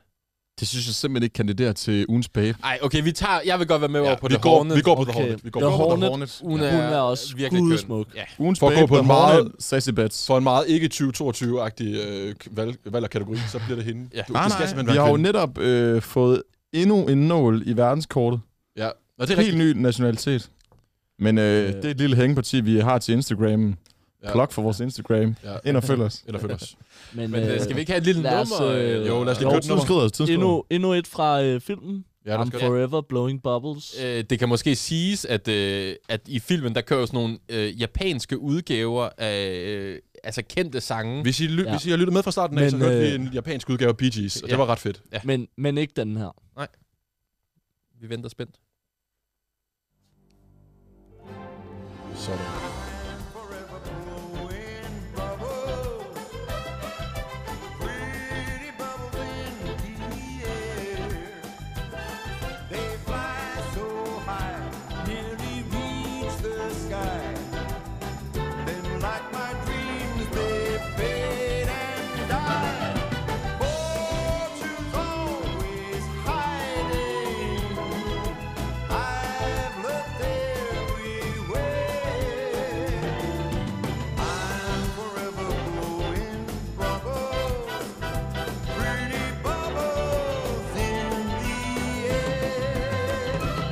Det synes jeg simpelthen ikke kandiderer til ugens bage.
Ej, okay, vi tager... Jeg vil godt være med over på
vi,
det
går,
hårde.
vi går på det
Okay.
hårde. Vi går
The
på det hårde.
Hornet.
Hun
Hun er også
virkelig køn.
gudesmuk.
Ja.
Ugens
For at
bage
gå på
på
en
meget sassy bets.
For en meget ikke 2022-agtig øh, k- valg, valg og kategori, så bliver det hende.
Ja.
Du,
Nej,
det skal
nej,
simpelthen
vi
være
har jo
kvinde.
netop øh, fået endnu en nål i verdenskortet.
Ja. Nå, det er
Helt
rigtigt.
ny nationalitet. Men øh,
Øh.
det er et lille hængeparti, vi har til Instagram.
Ja.
Plug for vores Instagram.
Ja.
Ind og følg os.
Eller følg os.
Men,
Men øh, skal vi ikke have et lille
lad os,
nummer?
øh,
øh,
Jo, lad os lige
Jo,
køre et
Tiden
nummer.
skrider os. Tiden skrider
endnu, endnu et fra øh, filmen.
Ja, lad os
I'm
gøre det.
forever blowing bubbles.
Øh, det kan måske siges, at, øh, at i filmen, der kører jo sådan nogle øh, japanske udgaver af øh, altså kendte sange.
Hvis I, ly-
Ja.
hvis I har lyttet med fra starten af,
Men,
så hørte vi
øh,
en japansk udgave af Bee Gees, og det
ja.
var ret fedt.
Ja.
Men, men ikke den her.
Vi venter spændt.
Sådan.
I've looked everywhere. I'm forever blowing bubbles, pretty bubbles in the air.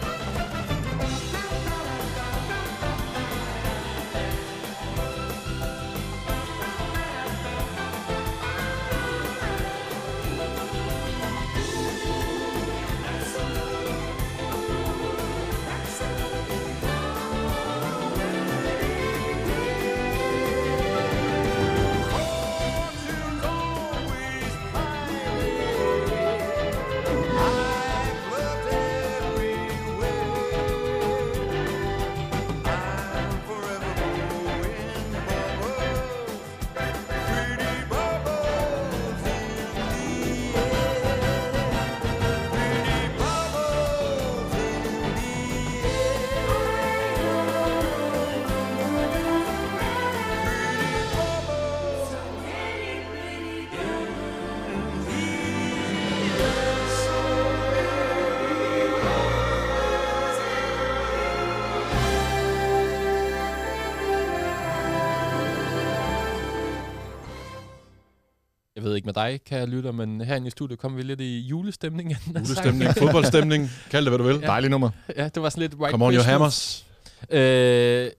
Jeg ved ikke med dig, kære lytter, men herinde i studiet kom vi lidt i julestemning. af den her sang.
Julestemning, fodboldstemning, kald det hvad du vil.
os. Dejlig nummer.
ja, det var sådan lidt white
Come on, your
Christmas.
hammers.
Øh,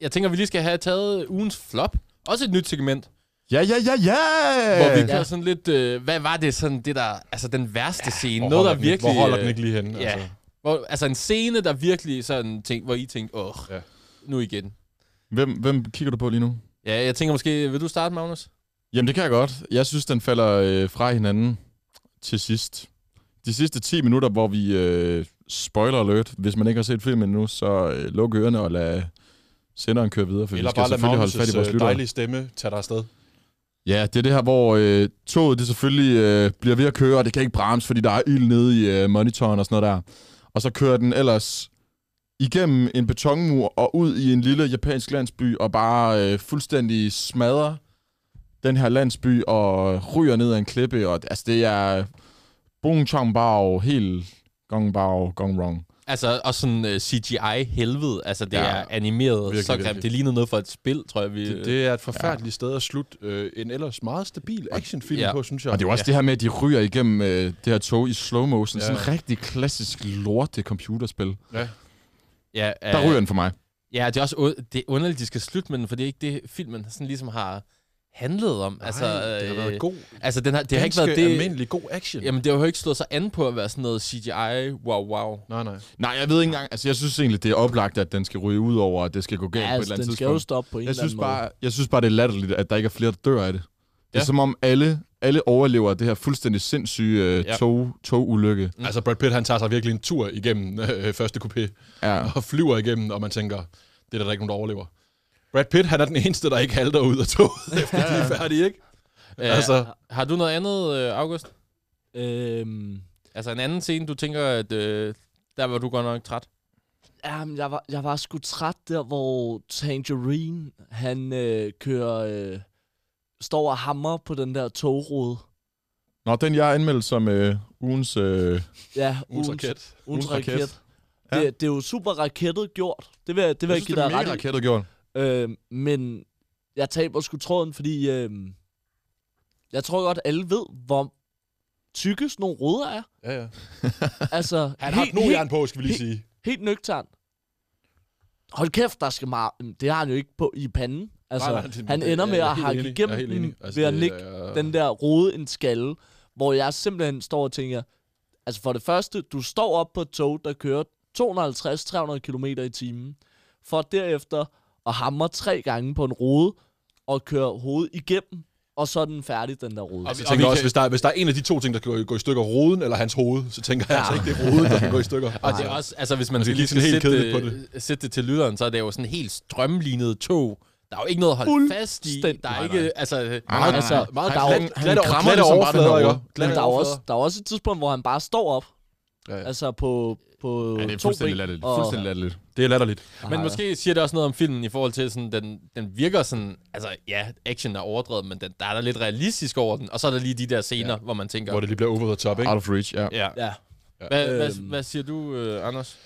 jeg tænker, vi lige skal have taget ugens flop. Også et nyt segment,
Ja, ja, ja, ja!
hvor vi kører
Ja.
sådan lidt... Øh, hvad var det sådan, det der... Altså den værste ja, scene?
Hvor
Noget,
holder
der
den-
virkelig...
Hvor holder
øh,
den ikke lige henne?
ja.
Altså,
Hvor, altså en scene, der virkelig sådan tænkte, hvor I tænkte, åh, ja.
Ja.
nu igen.
Hvem, hvem kigger du på lige nu?
Ja, jeg tænker måske, vil du starte, Magnus?
Jamen, det kan jeg godt. Jeg synes, den falder øh, fra hinanden til sidst. De sidste 10 minutter, hvor vi... Øh, spoiler alert. Hvis man ikke har set filmen endnu, så øh, luk ørerne og lad senderen køre videre, for
Eller
vi skal
bare lad
selvfølgelig holde fat i vores
Magnus'
lyttere.
dejlige stemme tage dig afsted.
Ja, det er det her, hvor øh, toget det selvfølgelig øh, bliver ved at køre, og det kan ikke bremse, fordi der er ild nede i øh, monitoren og sådan noget der. Og så kører den ellers igennem en betonmur og ud i en lille japansk landsby og bare øh, fuldstændig smadrer den her landsby og ryger ned ad en klippe. Og, altså, det er boom chong bao, helt gong bao, gong wrong.
Altså, også sådan uh, CGI-helvede. Altså, det ja,
Ja,
er animeret virkelig,
virkelig,
så grimt.
virkelig.
Det lignede noget fra et spil, tror jeg, vi...
Det, det er et forfærdeligt sted at slutte øh, en ellers meget stabil actionfilm
ja.
på, synes jeg.
Og det er jo også ja. det her med, at de ryger igennem øh, det her tog i slow motion.
Ja.
Ja. Sådan en rigtig klassisk lorte computerspil.
ja, uh,
Der ryger den for mig.
Ja, det er også u- det er underligt, de skal slutte med den, for det er ikke det, filmen sådan ligesom har handlet om. altså,
Nej, det har været god.
Altså, den har, det har ikke
ganske
været det...
almindelig god action.
Jamen, det har jo ikke slået sig an på at være sådan noget CGI, wow, wow.
Nej, nej.
Nej, jeg ved ikke engang. Altså, jeg synes egentlig, det er oplagt, at den skal ryge ud over, at det skal gå galt
Ja,
på et
altså,
eller
den
andet
skal jo
tidspunkt.
stoppe på en
Jeg
eller
synes,
anden måde.
bare, jeg synes bare, det er latterligt, at der ikke er flere, der dør af det. Det er
Ja.
ja. som om alle, alle overlever det her fuldstændig sindssyge øh,
Ja.
ja. tog, togulykke.
Mm.
Altså, Brad Pitt, han tager sig virkelig en tur igennem øh, første coupé
Ja.
og flyver igennem, og man tænker, det er der, der ikke nogen, der overlever. Brad Pitt, han er den eneste, der ikke halter ud af toget, efter de er færdige, ikke?
Altså.
Altså.
har du noget andet, øh, August?
Øhm,
Altså en anden scene, du tænker, at øh, der var du godt nok træt.
jamen, jeg, var, jeg var sgu træt der, hvor Tangerine, han øh, kører øh, står og hammer på den der togrude.
Nå, den jeg anmeldte som øh, ugens... Øh,
Ja,
Ugens
ugens-
raket.
Ugens
Ugens raket.
raket.
Ja.
Det, det er jo super rakettet gjort. Det vil, jeg- det vil jeg,
jeg
jeg give
synes, det
dig
er mega
ret i.
rakettet gjort.
Øh, men jeg taber sgu tråden, fordi øh, jeg tror godt, alle ved, hvor tykke sådan nogle ruder er.
Ja, ja.
Altså,
Han har nu jern
helt,
på, skal vi lige
helt-
sige.
helt nøgtern. Hold kæft, der skal meget... Det har han jo ikke på i panden. Altså,
Nej,
nej,
nej, det-
nej, han
jeg-
ender
jeg
med
er
at
helt
hakke
enig. Jeg er
igennem
helt
den
enig. Altså,
ved at
det
nikke
er-
den der rode en skalle, hvor jeg simpelthen står og tænker, altså for det første, du står op på et tog, der kører 250-300 km i timen, for derefter at hamre tre gange på en rode, og køre hovedet igennem, og så er den færdig, den der rode.
Og jeg
Altså,
tænker
vi
også,
kan-
hvis, der, er- hvis der er en af de to ting, der kan gå, gå i stykker, roden eller hans hoved, så tænker jeg altså ikke, det er roden, der kan gå i stykker.
Og det er også, altså hvis man
Altså,
skal lige
det er
skal
sådan helt
sætte,
kedeligt
det, sætte det til lytteren, så er det jo sådan helt strømlignet tog. Der er jo ikke noget at holde fast i. Der er
Fuldstændig.
ikke, altså,
nej, nej.
altså,
meget
der er jo-
glat- glatte,
krammer
glatte
det som bare den
overflader,
der
ikke?
rode.
men
Glatte
der er, jo også,
overflader.
der er også et tidspunkt, hvor han bare står op,
Ja, ja.
altså på, på
Ja, det er
to
fuldstændig
ben,
latterligt.
og-
Fuldstændig latterligt.
Det er latterligt.
Men
Ah,
måske siger det også noget om filmen i forhold til, sådan, den, den virker sådan, altså ja, action er overdrevet, men den, der er der lidt realistisk over den. Og så er der lige de der scener, ja. hvor man tænker...
Hvor det lige bliver over the top, ikke?
Out of reach, ja.
ja.
Ja.
Hvad,
Ja.
hvad,
Øhm.
hvad siger du, øh, Anders?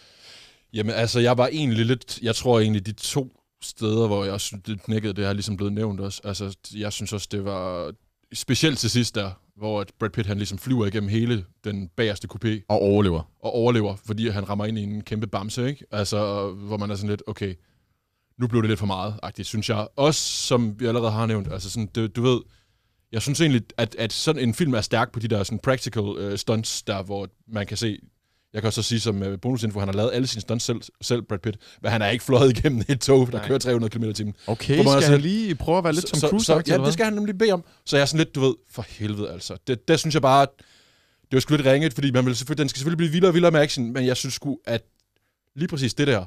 Jamen altså, jeg var egentlig lidt, jeg tror egentlig de to steder, hvor jeg synes, det knækkede, det har ligesom blevet nævnt også. Altså, jeg synes også, det var specielt til sidst der, hvor at Brad Pitt han ligesom flyver igennem hele den bagerste kupé
Og overlever.
og overlever, fordi han rammer ind i en kæmpe bamse, ikke? Altså, hvor man er sådan lidt, okay, nu blev det lidt for meget, agtigt, synes jeg. Også, som vi allerede har nævnt, altså sådan, du, du ved, jeg synes egentlig, at, at sådan en film er stærk på de der sådan practical øh, stunts, der hvor man kan se, jeg kan også så sige som øh, bonusinfo, han har lavet alle sine stunts selv, selv Brad Pitt, men han er ikke fløjet igennem et tog, der
Nej.
kører 300 km i timen.
Okay,
Hvor man er
skal han
sådan-
lige prøve at være lidt Tom cruise
så, ja, det skal han nemlig bede om. Så jeg er sådan lidt, du ved, for helvede altså. Det, det synes jeg bare, det var sgu lidt ringet, fordi man vil selvfølgelig, den skal selvfølgelig blive vildere og vildere med action, men jeg synes sgu, at lige præcis det der,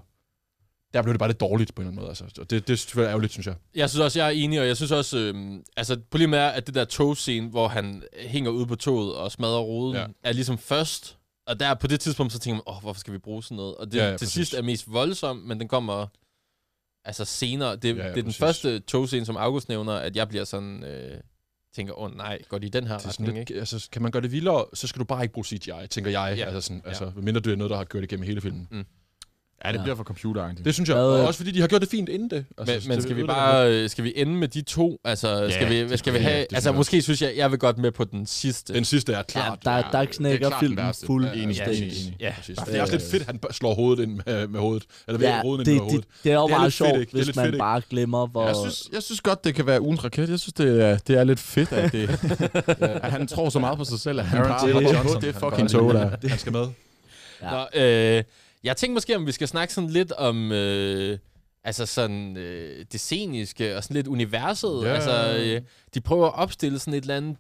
der blev det bare lidt dårligt på en eller anden måde. Altså. Og det, det er selvfølgelig ærgerligt, synes jeg.
Jeg synes også, jeg er enig, og jeg synes også, øhm, altså problemet er, at det der togscene, hvor han hænger ude på toget og smadrer ruden,
Ja.
ja. er ligesom først. Og der på det tidspunkt, så tænker man, åh, oh, hvorfor skal vi bruge sådan noget? Og det
Ja,
ja,
ja,
ja, til
præcis.
sidst er mest voldsom, men den kommer altså senere. Det, ja,
Ja,
ja,
ja,
det er den
præcis.
første togscene, som August nævner, at jeg bliver sådan, øh, tænker, åh oh, nej, går de i den her
Det er sådan
retning,
lidt,
ikke?
altså, kan man gøre det vildere, så skal du bare ikke bruge CGI, tænker jeg. Ja.
Ja.
Altså, sådan,
Ja. Mm.
altså, mindre det er noget, der har kørt igennem hele filmen.
Ja, det
Ja.
bliver for computeragtigt.
Det synes jeg.
Hvad,
Og
øh,
også fordi de har gjort det fint inden det.
Altså, men,
så
men
det
skal vi
ødelægger
bare øh, skal vi ende med de to? Altså skal vi
det
skal vi
synes jeg,
have
det synes
altså
jeg.
måske synes jeg jeg vil godt med på den sidste.
det. Den sidste er
Ja,
klart.
der, der, der knækker filmen
Enig,
fuldstændig.
Ja,
enig,
præcis.
enig.
Ja.
Præcis. Det er også lidt fedt, han slår hovedet ind med, med hovedet. Eller ja,
Ja,
hovedet
det,
ind med
det,
hovedet.
det, er jo
Det er
meget
lidt fedt,
sjovt,
ikke? Det er
hvis
lidt
man
fedt, ikke?
bare glemmer, hvor...
Jeg synes, jeg synes godt, det kan være ugens raket. Jeg synes, det er, det er lidt fedt, at, det, at han tror så meget på sig selv, at han
Aaron
bare
Taylor
hopper
Johnson,
på det
han
fucking
bare-
tog der.
Han skal med.
Nå, øh, jeg tænkte måske, om vi skal snakke sådan lidt om... Øh, altså sådan øh, det sceniske og sådan lidt universet.
Ja.
Altså, øh, de prøver at opstille sådan et eller andet...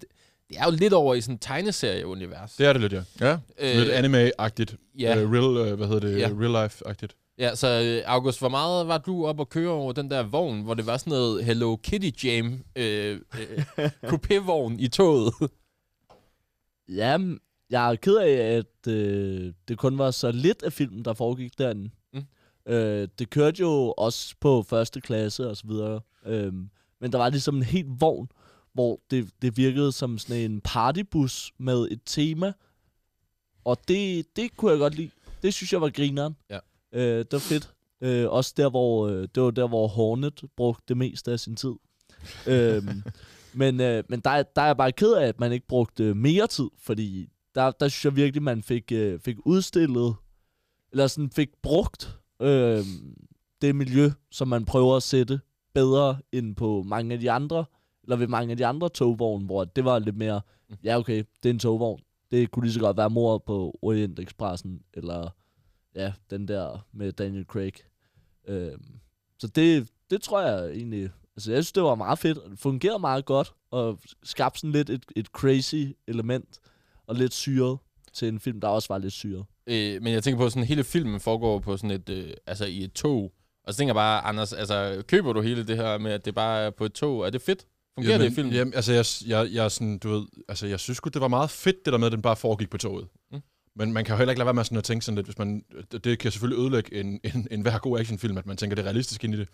Det er jo lidt over i sådan et tegneserie-univers.
Det er det lidt, ja.
Ja,
Øh, lidt anime-agtigt. Ja.
ja,
Uh, real, uh, hvad hedder det?
Ja.
Ja. Real life-agtigt.
ja, så øh, August, hvor meget var du op og køre over den der vogn, hvor det var sådan noget Hello Kitty Jam øh, øh, coupé-vogn i toget?
Ja, jeg er ked af, at øh, det kun var så lidt af filmen, der foregik derinde.
Mm.
Øh, det kørte jo også på første klasse og så videre. Øh, men der var ligesom en helt vogn, hvor det, det virkede som sådan en partybus med et tema. Og det, det kunne jeg godt lide. Det synes jeg var grineren.
Ja.
Øh, det var fedt. Øh, også der, hvor, øh, det var der, hvor Hornet brugte det meste af sin tid. øhm, men øh, men der, er- der er jeg bare ked af, at man ikke brugte øh, mere tid, fordi der, der synes jeg virkelig, man fik, øh, fik udstillet, eller sådan fik brugt øh, det miljø, som man prøver at sætte bedre end på mange af de andre, eller ved mange af de andre togvogne, hvor det var lidt mere, ja okay, det er en togvogn. Det kunne lige så godt være mor på Orient Expressen, eller ja, den der med Daniel Craig. Øhm, så det, det tror jeg egentlig... Altså, jeg synes, det var meget fedt. og Det fungerede meget godt, og skabte sådan lidt et, et crazy element, og lidt syret til en film, der også var lidt syret.
Øh, men jeg tænker på, sådan hele filmen foregår på sådan et, øh, altså i et tog. Og så tænker jeg bare, Anders, altså, køber du hele det her med, at det bare er på et tog? Er det fedt? Fungerer
Jamen,
det i filmen?
Jamen, altså, jeg, jeg, jeg, er sådan, du ved, altså, jeg synes sgu, det var meget fedt, det der med, at den bare foregik på toget. Mm.
Mm.
Men man kan jo heller ikke lade være med sådan at tænke sådan lidt, hvis man, det kan selvfølgelig ødelægge en, en, en hver god actionfilm, at man tænker det realistisk ind i det.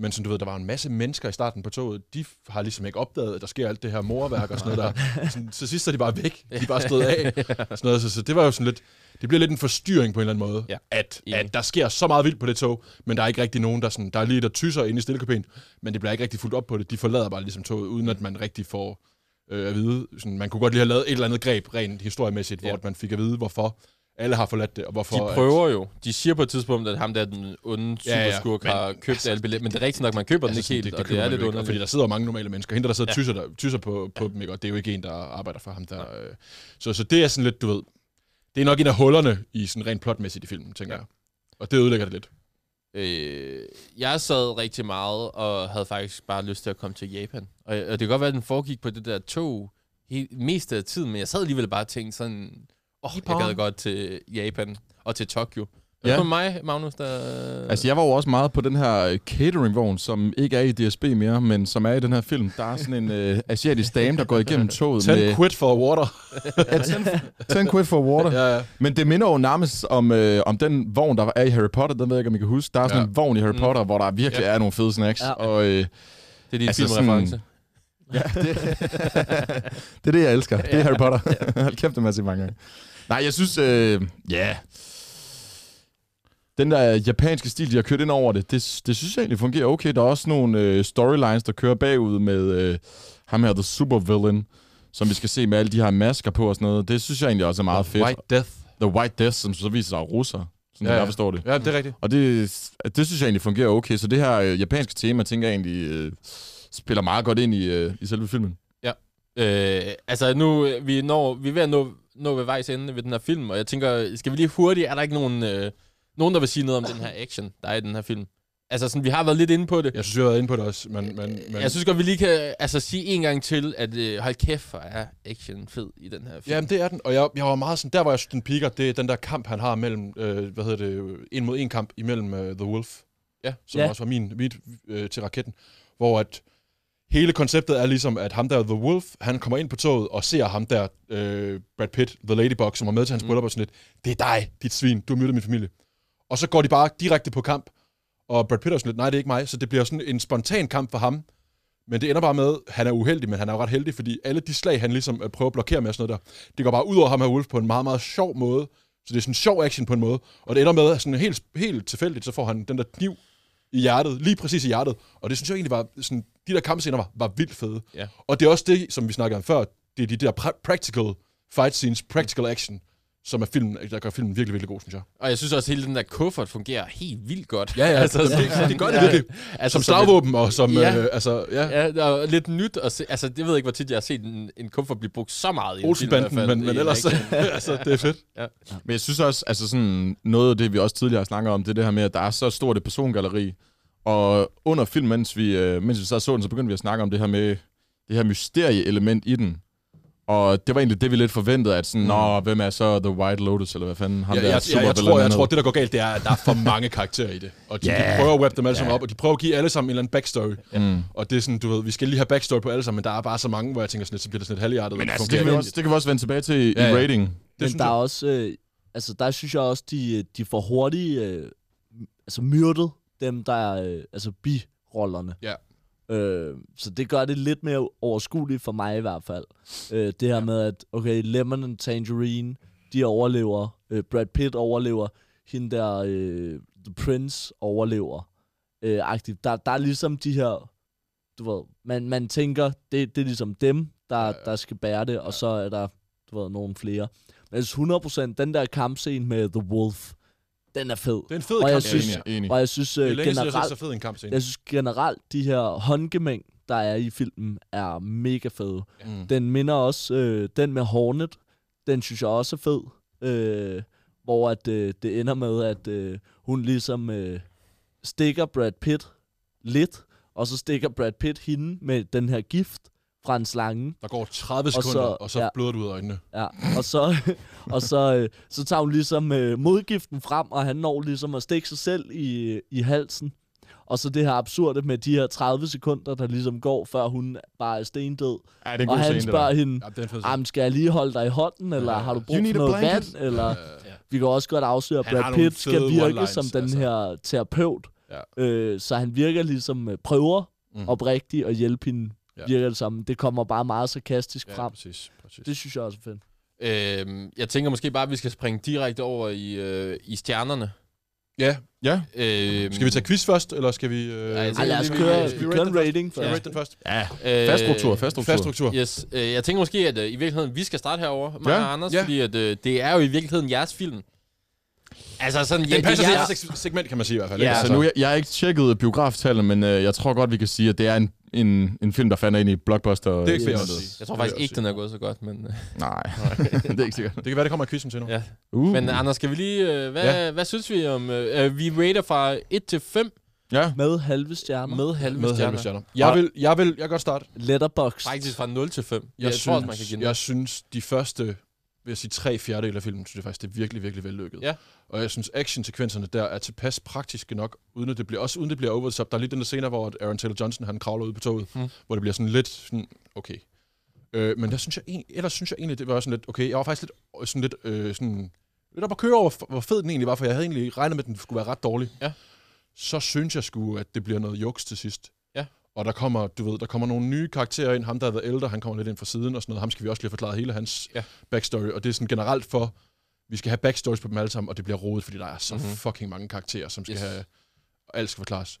Men som du ved, der var en masse mennesker i starten på toget, de har ligesom ikke opdaget, at der sker alt det her morværk og sådan noget der. Sådan, til sidst er de bare væk. De er bare stået af. Sådan noget. Så, så, det var jo sådan lidt, det bliver lidt en forstyrring på en eller anden måde,
Ja.
ja. at,
Enig.
at der sker så meget vildt på det tog, men der er ikke rigtig nogen, der sådan, der er lige der tysser inde i stillekøben, men det bliver ikke rigtig fuldt op på det. De forlader bare ligesom toget, uden at man rigtig får øh, at vide. Sådan, man kunne godt lige have lavet et eller andet greb, rent historiemæssigt, hvor
Ja.
at man fik at vide, hvorfor alle har forladt det, og hvorfor...
De prøver jo. De siger på et tidspunkt, at ham der den onde
Ja, ja,
superskurk ja, ja. har
men
købt
altså,
alle billetter. Men det er rigtigt nok, man køber den ikke helt, det, det og det
køber
er
man
lidt
jo ikke, Altså, og Fordi
underligt.
der sidder jo mange normale mennesker. Hende, der sidder og tyser, der, tyser på, på dem, ikke? og det er jo ikke en, der arbejder for ham. Der, øh. så, så det er sådan lidt, du ved... Det er nok en af hullerne i sådan rent plotmæssigt i filmen, tænker
Ja.
jeg. Og det ødelægger det lidt.
Øh, jeg sad rigtig meget og havde faktisk bare lyst til at komme til Japan. Og, og det kan godt være, at den foregik på det der tog he, mest af tiden, men jeg sad alligevel bare og tænkte sådan, åh, oh, jeg gad godt til Japan og til Tokyo. Ja.
Ja.
Det var mig, Magnus, der...
Altså, jeg var jo også meget på den her øh, cateringvogn, som ikke er i DSB mere, men som er i den her film. Der er sådan en øh, asiatisk dame, der går igennem toget
10
med...
quid for water.
Ja, 10, 10 quid for water.
ja, ja.
Men det minder jo nærmest om, øh, om den vogn, der er i Harry Potter. Den ved jeg ikke, om I kan huske. Der er sådan
Ja. Mm.
en vogn i Harry Potter, hvor der virkelig er nogle fede snacks.
Ja.
Og øh,
det er din
altså
altså
sådan-
filmreference.
ja, det, det er det, jeg elsker. Det er Harry Potter. Hold kæft, det har jeg set mange gange. Nej, jeg synes... øh, Ja... Øh, yeah. Den der japanske stil, de har kørt ind over det, det, det synes jeg egentlig fungerer okay. Der er også nogle øh, storylines, der kører bagud med øh, ham her, The Supervillain, som vi skal se med alle de her masker på og sådan noget. Det synes jeg egentlig også er meget fedt.
White Death.
The White Death, som så viser sig at russer. Sådan ja,
Ja,
jeg
ja.
forstår det.
Ja, det er rigtigt.
Og det, det synes jeg egentlig fungerer okay. Så det her øh, japanske tema, tænker jeg egentlig, øh, spiller meget godt ind i, øh, i selve filmen.
Øh, altså nu, øh, vi, når, vi er ved at nå, nå ved vejs ende ved den her film, og jeg tænker, skal vi lige hurtigt, er der ikke nogen, øh, nogen der vil sige noget om den her action, der er i den her film? Altså sådan, vi har været lidt inde på det.
Jeg synes, vi har været inde på det også, men... men, men
Men... Jeg synes godt, vi lige kan øh, altså, sige en gang til, at øh, hold kæft, hvor er action fed i den her film.
Jamen, det er den. Og jeg, jeg var meget sådan, der hvor jeg synes, den piker, det er den der kamp, han har mellem, øh, hvad hedder det, en mod en kamp imellem øh, The Wolf, ja, som
Ja.
ja. også var min, mit øh, til raketten, hvor at hele konceptet er ligesom, at ham der, The Wolf, han kommer ind på toget og ser ham der, øh, Brad Pitt, The Ladybug, som var med til hans mm. bryllup og sådan lidt, det er dig, dit svin, du har myrdet min familie. Og så går de bare direkte på kamp, og Brad Pitt er sådan lidt, nej, det er ikke mig, så det bliver sådan en spontan kamp for ham, men det ender bare med, han er uheldig, men han er jo ret heldig, fordi alle de slag, han ligesom øh, prøver at blokere med og sådan noget der, det går bare ud over ham her Wolf på en meget, meget sjov måde. Så det er sådan en sjov action på en måde. Og det ender med, at sådan helt, helt tilfældigt, så får han den der kniv i hjertet, lige præcis i hjertet. Og det synes jeg egentlig var, sådan, de der kampscener var, var vildt fede.
Ja.
Og det er også det, som vi snakkede om før, det er de der pra- practical fight scenes, practical action, som er filmen, der gør filmen virkelig, virkelig god, synes jeg.
Og jeg synes også, at hele den der kuffert fungerer helt vildt godt.
Ja, ja, altså, det, det gør det virkelig.
Altså,
Som slagvåben og som,
Ja.
ja. øh, altså, ja.
Ja, der er lidt nyt at se. Altså, det ved jeg ikke, hvor tit jeg har set en, en kuffert blive brugt så meget i en film. i
Olsenbanden,
hvert fald,
men,
i
men
en
ellers, altså, det er fedt.
Men jeg synes også, altså sådan noget af det, vi også tidligere har snakket om, det er det her med, at der er så stort et persongalleri. Og under filmen, mens vi, øh, mens vi sad og så den, så begyndte vi at snakke om det her med det her mysterie-element i den. Og det var egentlig det, vi lidt forventede, at sådan, mm. nå, hvem er så The White Lotus, eller hvad fanden? Ham
Ja,
der
jeg, jeg, jeg,
supervillain,
tror, jeg
han
tror,
hed.
det der går galt, det er, at der er for mange karakterer i det. Og de,
Ja.
de prøver at web dem alle sammen op, og de prøver at give alle sammen en eller anden backstory.
Mm.
Og det er sådan, du ved, vi skal lige have backstory på alle sammen, men der er bare så mange, hvor jeg tænker sådan lidt, så bliver det sådan lidt halvhjertet.
Men
og
altså, det
fungerer
kan, vi
ikke.
også, det kan vi også vende tilbage til i,
Ja,
ja,
ja.
i rating.
Det
Men
synes
der er
jeg-
også, øh, altså der synes jeg også, de, øh, de får hurtigt øh, altså myrdet dem, der er øh, altså birollerne.
Ja.
Øh, så det gør det lidt mere overskueligt for mig i hvert fald. Øh, det her ja. med, at okay, Lemon and Tangerine, de overlever, øh, Brad Pitt overlever, hende der, øh, The Prince overlever. Øh, agtigt. Der, der er ligesom de her, du ved, man, man tænker, det, det er ligesom dem, der, ja, ja. der skal bære det, og så er der, du ved, nogle flere. Men jeg synes 100%, den der kampscene med The Wolf, den er fed.
Det er en fed
og jeg
kamp,
synes,
synes,
Enig, enig.
og jeg synes,
det er
øh,
længe siden, jeg har set
generelt,
så fed en kamp scene.
jeg synes generelt, de her håndgemæng, der er i filmen, er mega fede.
Mm.
Den minder også, øh, den med Hornet, den synes jeg også er fed. Øh, hvor at, øh, det ender med, at øh, hun ligesom øh, stikker Brad Pitt lidt, og så stikker Brad Pitt hende med den her gift fra en slange.
Der går 30
så-
sekunder, og så
ja.
bløder du ud af øjnene.
Ja, og så, og så, øh, så tager hun ligesom øh, modgiften frem, og han når ligesom at stikke sig selv i, i halsen. Og så det her absurde med de her 30 sekunder, der ligesom går, før hun bare er stendød.
Ja, det er en
Og
god
han
scene,
spørger
spørg...
hende,
Ja, det er en fed
Jamen, skal jeg lige holde dig i hånden, eller har du brug
You
for
need a
noget
blanket?
vand? Eller, Vi kan også godt afsløre, at
Han har
Brad
nogle
Pitt skal
fede
virke
one-liners,
som den
altså.
her terapeut.
Ja.
Øh, så han virker ligesom øh, prøver
Mm.
mm. oprigtigt at hjælpe hende.
Ja.
Ja. Virker det samme. Det kommer bare meget sarkastisk ja.
Ja,
frem.
præcis. præcis.
Det synes jeg også er fedt.
Øhm, jeg tænker måske bare, at vi skal springe direkte over i, øh, i stjernerne.
Ja, ja.
Øhm,
Skal vi tage quiz først, eller skal vi... Øh,
Ej,
Ej, lad os
vi- vi-
køre,
vi-
vi kører en rating
Skal vi
først.
rate den først?
Ja,
øh,
fast struktur, fast struktur.
Fast struktur.
Yes, øh, jeg tænker måske, at øh, i virkeligheden, vi skal starte herover, Maja
Ja,
og Anders,
ja.
fordi at, øh, det er jo i virkeligheden jeres film. Altså sådan, ja,
Den
det er
passer til
jeres,
jeres seg- segment, kan man sige i hvert fald.
Ja.
ikke?
Ja, altså, nu, jeg, jeg har ikke tjekket biograftallene, men øh, jeg tror godt, vi kan sige, at det er en, en, en film, der fandt ind i blockbuster.
det er ikke fair
Yes.
at sige.
jeg tror
Det vil
faktisk
også
ikke, den er gået så godt, men... øh,
Nej, det er ikke sikkert.
sige. Det kan være, det kommer i quizzen til nu.
Ja.
Uh.
Men
Mm.
Anders, skal vi lige... Øh, hvad, ja. hvad synes vi om... Øh, øh, vi rater fra 1 til 5
Ja,
Med halve stjerner.
med halve
Med
stjerner.
halve stjerner. Jeg vil, jeg vil, jeg kan godt starte.
Letterbox.
Faktisk fra 0 til 5.
Jeg,
tror også, man kan give den.
jeg synes, de første, vil jeg sige, tre fjerdedel af filmen, synes jeg faktisk, det er virkelig, virkelig vellykket.
Ja.
Og jeg synes, actionsekvenserne der er tilpas praktiske nok, uden at det bliver, også uden det bliver over the top. Der er lige den der scene, hvor Aaron Taylor Johnson, han kravler ud på toget,
Mm.
mm. hvor det bliver sådan lidt sådan, okay. Øh, men der synes jeg, egen- ellers synes jeg egentlig, det var sådan lidt, okay, jeg var faktisk lidt, sådan lidt, øh, sådan, lidt op at køre over, hvor fed den egentlig var, for jeg havde egentlig regnet med, at den skulle være ret dårlig.
Ja.
Så synes jeg sgu, at det bliver noget juks til sidst.
Ja.
Og der kommer, du ved, der kommer nogle nye karakterer ind. Ham, der har været ældre, han kommer lidt ind fra siden og sådan noget. Ham skal vi også lige have forklaret hele hans
Ja.
ja. backstory. Og det er sådan generelt for, vi skal have backstories på dem alle sammen, og det bliver rodet, fordi der er så
Mhm.
mm-hmm. fucking mange karakterer, som skal
Yes.
yes. have, og alt skal forklares.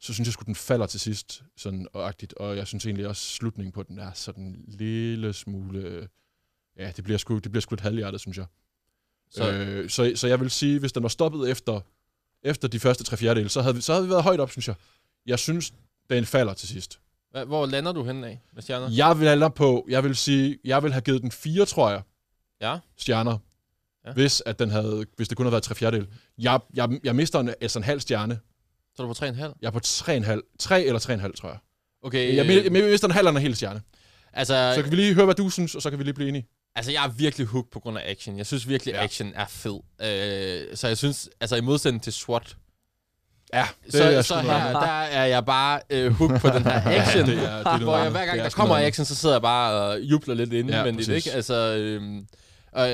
Så synes jeg sgu, den falder til sidst, sådan og agtigt. Og jeg synes egentlig også, slutningen på den er sådan en lille smule... øh, Ja, det bliver sgu, det bliver sgu et halvhjertet, synes jeg.
Så-
Så. Øh, så, så jeg vil sige, hvis den var stoppet efter, efter de første tre fjerdedele, så havde, vi, så havde vi været højt op, synes jeg. Jeg synes, den falder til sidst.
Hva- Hvor lander du henne af med stjerner?
Jeg vil aldrig på, jeg vil sige, jeg vil have givet den fire, tror jeg,
Ja.
stjerner.
Ja.
Ja. Hvis, at den havde, hvis det kun havde været tre fjerdedel. Jeg, jeg, jeg mister en, altså en halv stjerne.
Så er du på 3,5?
Jeg er på tre, en halv, tre eller tre en halv, tror jeg.
Okay,
Jeg, jeg, jeg mister en halv eller en hel stjerne.
altså,
Så kan vi lige høre, hvad du synes, og så kan vi lige blive enige.
altså, jeg er virkelig hooked på grund af action. Jeg synes virkelig, ja.
Ja.
action er fed. Øh, så jeg synes, altså i modsætning til SWAT,
Ja, det
så,
er jeg
så
sgu
her,
meget-
der er jeg bare øh, hooked på den her action.
Ja, det er, det er noget
hvor jeg,
andet.
hver gang
Det er
der
sgu
kommer
noget andet.
action, så sidder jeg bare og jubler lidt
Ja,
indvendigt, ja,
præcis.
ikke? Altså, øhm, og,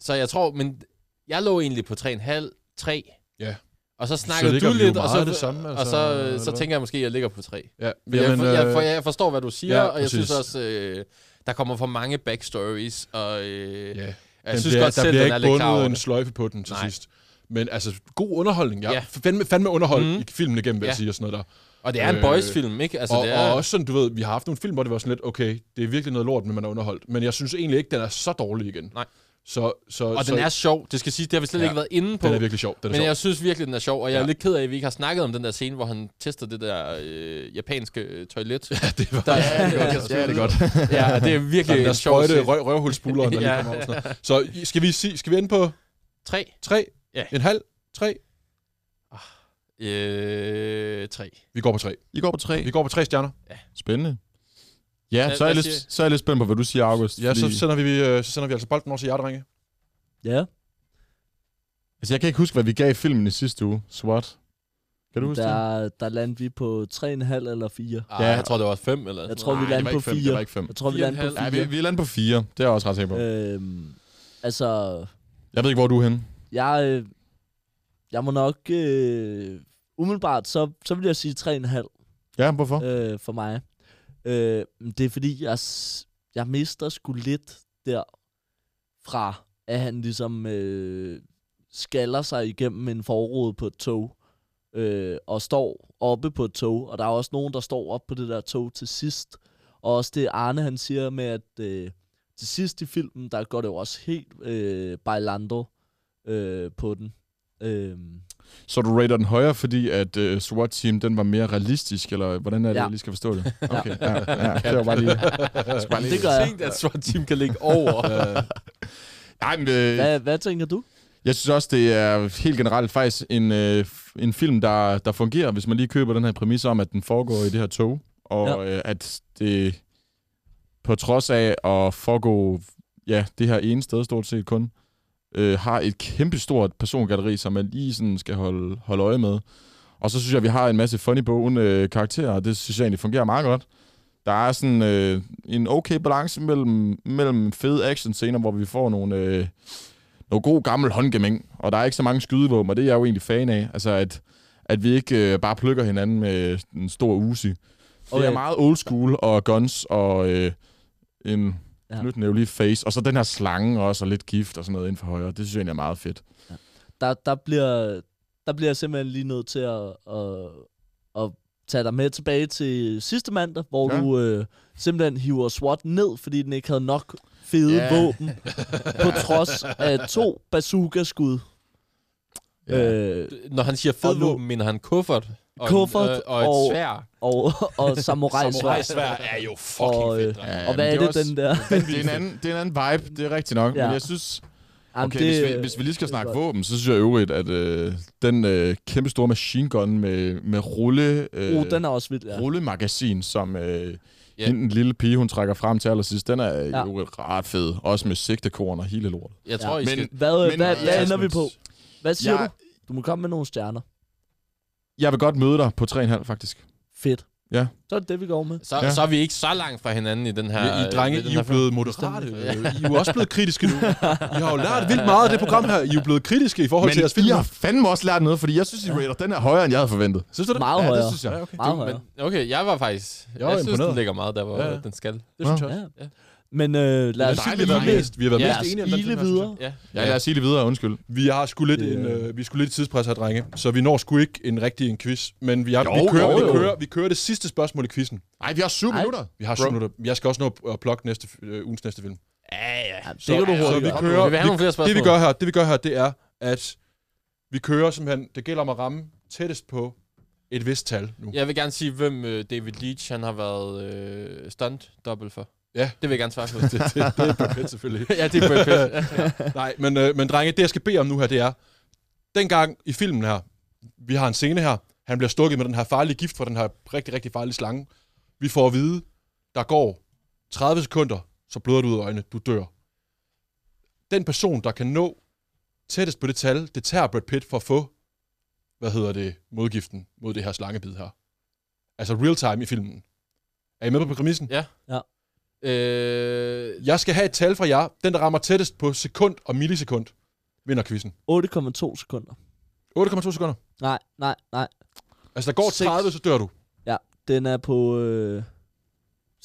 så jeg tror, men jeg lå egentlig på 3,5, 3.
Ja.
Og så
Så
snakkede
ligger
du
vi jo
lidt, og
meget
så,
af det samme,
og
altså,
så,
eller
så
hvad?
tænker jeg måske, at jeg ligger på 3.
Ja,
Men jeg, for, jeg, for,
øh,
jeg forstår, hvad du siger,
ja,
og jeg synes
præcis.
også, øh, der kommer for mange backstories, og øh,
ja.
jeg
Den
synes
bliver,
godt
der
selv,
bliver
den er
ikke
lidt klar
bundet
over
en
det.
sløjfe på den til
Nej.
Nej. sidst. Men altså, god underholdning. Jeg
Ja.
ja. fandme, fandme underholdt
Mhm.
mm. i filmen igennem, vil jeg
Ja.
sige, og sådan noget der.
Og det er en
Øh,
boys-film, ikke? Altså,
Altså, og,
det
er...
er,
og også sådan, du ved, vi har haft nogle film, hvor det var sådan lidt, okay, det er virkelig noget lort, men man er underholdt. Men jeg synes egentlig ikke, den er så dårlig igen.
Nej.
Så, så,
og
så,
den er sjov, det skal sige, det har vi slet
Ja.
ikke været inde på.
den er virkelig sjov. Den er
Men
sjov.
jeg synes virkelig, den er sjov, og jeg er
Ja.
lidt ked af, at vi ikke har snakket om den der scene, hvor han tester det der øh, japanske øh, toilet. Ja,
det var
der,
ja,
ja, det
ja, det er godt.
ja, det er
der,
virkelig
der
en sjov
sprøjte
scene.
røv, røvhulspuleren, der lige
Ja.
kommer over. og Sådan noget. Så i- skal vi, sige, skal vi ende på
Tre.
tre?
Ja.
En halv? Tre?
Øh, tre.
Vi går på tre.
I går på tre.
Vi går på tre stjerner.
Spændende. Ja,
Hvad-
så er, jeg
hvad siger-
lidt, så er jeg lidt spændt på, hvad du siger, August.
Ja, så sender, vi, øh, så sender vi altså bolden over til jer, drenge.
Ja.
altså, jeg kan ikke huske, hvad vi gav filmen i sidste uge. SWAT. Kan du huske det?
Der, der landte vi på 3,5 eller 4.
Ah, ja.
Ja.
Jeg tror, det var fem eller
Jeg
sådan
tror, vi
noget.
lander
det var
på
ikke fem, det
fire.
var ikke fem.
Jeg tror, vi
Fire
landte på
en
Ja,
4.
vi, vi lander på fire. Det er jeg også ret sikker på.
Øhm, altså,
Jeg ved ikke, hvor du er henne.
jeg, øh, jeg må nok... Øh, umiddelbart, så, så vil jeg sige 3,5
Ja, hvorfor?
øh, for mig. Øh, men det er fordi, jeg, s- jeg mister sgu lidt der fra, at han ligesom øh, skaller sig igennem en forråd på et tog, øh, og står oppe på et tog, og der er også nogen, der står oppe på det der tog til sidst. Og også det Arne, han siger med, at øh, til sidst i filmen, der går det jo også helt øh, bailando øh, på den. Øh,
Så du rater den højere, fordi at uh, SWAT Team, den var mere realistisk, eller hvordan er det,
Ja.
ja. jeg lige skal forstå det? Okay, ja, ja, det var bare lige...
bare lige- Det gør jeg.
Tænk, at SWAT Team kan ligge over.
Nej, men, øh,
hvad, hvad tænker du?
Jeg synes også, det er helt generelt faktisk en, øh, f- en film, der, der fungerer, hvis man lige køber den her præmis om, at den foregår i det her tog, og ja. øh, at det på trods af at foregå ja, det her ene sted stort set kun, øh, har et kæmpestort persongalleri, som man lige sådan skal holde, holde øje med. Og så synes jeg, at vi har en masse funny bogen øh, karakterer, og det synes jeg egentlig fungerer meget godt. Der er sådan øh, en okay balance mellem, mellem fede action-scener, hvor vi får nogle, øh, nogle gode gammel håndgemæng, og der er ikke så mange skydevåben, og det er jeg jo egentlig fan af. Altså, at, at vi ikke øh, bare plukker hinanden med en stor Uzi. Og det er
Okay.
meget old school og guns og øh, en...
Ja.
Ja. Nu er den jo lige face. Og så den her slange også, og lidt gift og sådan noget inden for højre. Det synes jeg egentlig er meget fedt.
der, der, bliver, der bliver jeg simpelthen lige nødt til at, at, at tage dig med tilbage til sidste mandag, hvor ja.
Ja.
du øh, simpelthen hiver SWAT ned, fordi den ikke havde nok fede
Ja.
yeah. våben, på trods af to bazooka-skud.
Ja.
Øh,
Når han siger
Og nu-
fodvåben, mener han kuffert. Og
Kuffert
en, øh, og, et
og-
svær.
og, og samurai
Samurajsvær er jo fucking
Og, øh,
fedt, dreng.
Ja,
Og hvad
men
er det,
også-
den der?
det, er en anden, det er en anden vibe, det er rigtigt nok.
Ja.
Ja. Men jeg synes,
Jamen,
okay, det, hvis, vi, hvis vi lige skal
det er
snakke
godt.
våben, så synes jeg i øvrigt, at øh, den øh, kæmpe store machine gun med, med rulle, øh,
Oh, den er også vild, ja.
rullemagasin, som øh,
Ja.
yeah. den lille pige, hun trækker frem til allersidst, den er
Ja.
ja. jo ret fed. Også med sigtekorn og hele lortet.
Jeg
Ja.
tror, I
Men-
skal...
Hvad, men,
Men-
hvad,
Ja,
hvad
jeg
ender vi
synes-
på? Hvad siger
Jeg-
du? Du må komme med nogle stjerner.
Jeg vil godt møde dig på 3,5 faktisk.
Fedt.
Ja.
Så er det det, vi går med.
Så,
Ja.
så er vi ikke så langt fra hinanden i den her...
Ja, I
øh,
drenge,
ved den
I er jo
her-
blevet moderate. Øh, I er jo også blevet kritiske nu. I har jo lært vildt meget af det program her. I er jo blevet kritiske i forhold til jeres
Men I
film.
har fandme også lært noget, fordi jeg synes, I rater den er højere, end jeg havde forventet.
Synes du det?
Meget højere.
det synes jeg. Ja, okay.
Meget højere.
Men, okay, jeg var faktisk... Jeg,
var
jeg synes, den
imponeret.
ligger meget der, hvor
Ja, ja.
den skal.
Det synes jeg også.
Ja. Men øh, lad os
Det er
Vi
dejligt,
har
at
været
vi-
mest- Vi har været
Ja,
mest enige om den
ile
film her, synes jeg.
videre.
Ja.
Ja, lad os sige det videre, undskyld.
Vi har sgu lidt,
Det-
en, øh, vi er sgu lidt i tidspres her, drenge. Så vi når sgu ikke en rigtig en quiz. Men vi, har,
Jo,
vi, kører,
jo, jo.
vi, kører, vi kører det sidste spørgsmål i quizzen.
Nej, vi har syv
Ej.
minutter.
Vi har syv
Bro.
minutter. Jeg skal også nå at plukke næste, øh, ugens næste film.
Ja, det kan du
så
hurtigt
vi
gøre.
kører,
Vi vil have nogle flere spørgsmål.
Det vi gør her, det vi gør her, det er, at vi kører simpelthen, det gælder om at ramme tættest på et vist tal nu.
Jeg vil gerne sige, hvem øh, David Leach han har været øh, stunt dobbelt for.
Ja.
Det vil jeg gerne svare på.
det, det, det er Brad Pitt selvfølgelig.
ja, det er Brad Pitt.
Nej, men, øh, men drenge, det jeg skal bede om nu her, det er, dengang i filmen her, vi har en scene her, han bliver stukket med den her farlige gift fra den her rigtig, rigtig farlige slange. Vi får at vide, der går 30 sekunder, så bløder du ud af øjnene, du dør. Den person, der kan nå tættest på det tal, det tager Brad Pitt for at få, hvad hedder det, modgiften mod det her slangebid her. Altså real time i filmen. Er I med på præmissen?
øh,
Jeg skal have et tal fra jer. Den, der rammer tættest på sekund og millisekund, vinder quizzen.
8,2 sekunder.
8,2 sekunder.
Nej, nej, nej.
Altså, der går
Seks.
30, så dør du.
Den er på øh,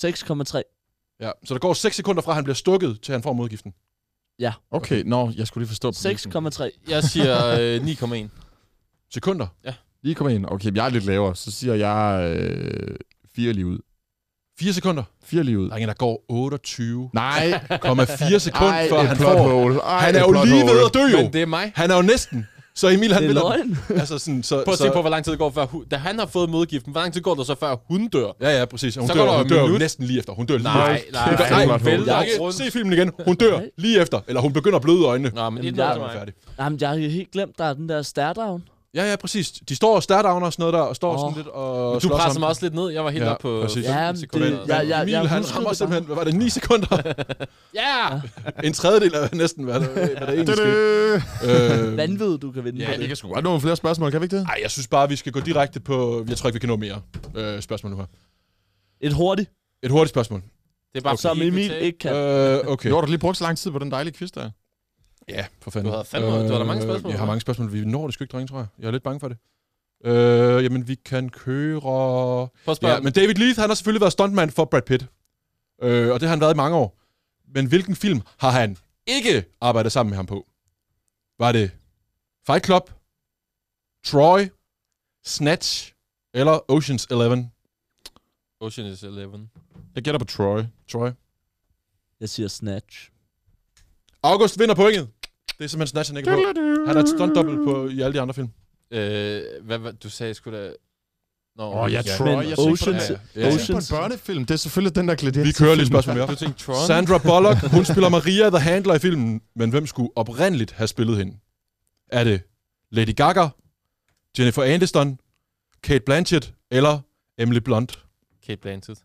6,3.
Ja, så der går 6 sekunder fra, at han bliver stukket, til han får modgiften.
Okay, nå, jeg skulle lige forstå.
6,3.
jeg siger øh, 9,1.
Sekunder.
Lige kom ind. Okay, jeg er lidt lavere. Så siger jeg øh, fire lige ud.
4 sekunder.
Fire lige ud.
Der er en, der går 28,4
Nej,
sekunder,
ej,
før
et
han
plot
får...
hole. Ej,
Han er
et
jo
plot
lige
hole.
ved at dø, jo.
Men det er mig.
Han er jo næsten. Så Emil, han
Det er
vinder.
løgn.
Altså, sådan, så,
Prøv at
så,
se på, hvor lang tid det går, før hun, da han har fået modgiften. Hvor lang tid går der så, før hun dør?
Ja, ja, præcis. Og Hun
Så
så
går
dør,
der
hun
en
dør jo
minut.
næsten lige efter. Hun dør lige
Nej,
efter.
nej,
kæft,
nej.
det var et
Vel
hul.
langt
Lange,
rundt.
se filmen igen. Hun dør
Nej.
lige efter. Eller hun begynder at bløde i øjnene.
Nå,
Jamen,
men et
jeg-
nul
Ja,
til
hun er
mig.
færdig.
Jamen, jeg har helt glemt, der er den der startdown.
Ja, ja, præcis. De står og stærdowner og sådan noget der, og står
Åh.
oh. sådan lidt og
Du
slås
presser
om.
mig også lidt ned. Jeg var helt
Ja,
oppe på
præcis.
15
Jamen,
sekunder.
det- jeg- jeg-
Emil, han
husker
rammer
det
simpelthen, hvad var det, 9 sekunder?
Ja!
en tredjedel af næsten, hvad der, hvad der egentlig skete.
Tudu!
Øh,
Vanvittigt, du kan vinde.
Ja,
på
vi
det.
kan sgu godt nå nogle flere spørgsmål, kan vi ikke det?
Ej, jeg synes bare, vi skal gå direkte på... Jeg tror ikke, vi kan nå mere øh, spørgsmål nu her.
Et hurtigt,
Et hurtigt spørgsmål.
Det er bare
som
fordi,
Emil
det-
ikke kan.
Øh, okay.
Nu har du lige brugt så lang tid på den dejlige quiz der.
Ja, for fanden.
Du havde fandme- du havde da mange spørgsmål,
Jeg har
hva'?
mange spørgsmål. Vi når det sgu ikke, drenge, tror jeg. Jeg er lidt bange for det. Øh, jamen, vi kan køre...
Prøv at spørge.
Ja, men David Leith, han har selvfølgelig været stuntman for Brad Pitt. Øh, og det har han været i mange år. Men hvilken film har han ikke arbejdet sammen med ham på? Var det Fight Club, Troy, Snatch eller Ocean's Eleven?
Ocean is 11.
Jeg gætter på Troy.
Troy.
Jeg siger snatch.
August vinder pointet. Det er simpelthen Snatch, han ikke er på. Han er et stunt dobbelt på i alle de andre film.
Øh, hvad, hvad, du sagde sgu da... Nå,
Åh, jeg
ja.
tror,
Men
jeg
Oceans-
tænker,
Ja, ja.
Jeg tænker på en
Oceans-
børnefilm. Det er selvfølgelig den der klæder.
Vi kører lige et spørgsmål mere.
Du tænkte Tron?
Sandra Bullock, hun spiller Maria the Handler i filmen, men hvem skulle oprindeligt have spillet hende? Er det Lady Gaga, Jennifer Aniston, Kate Blanchett eller Emily Blunt?
Kate Blanchett.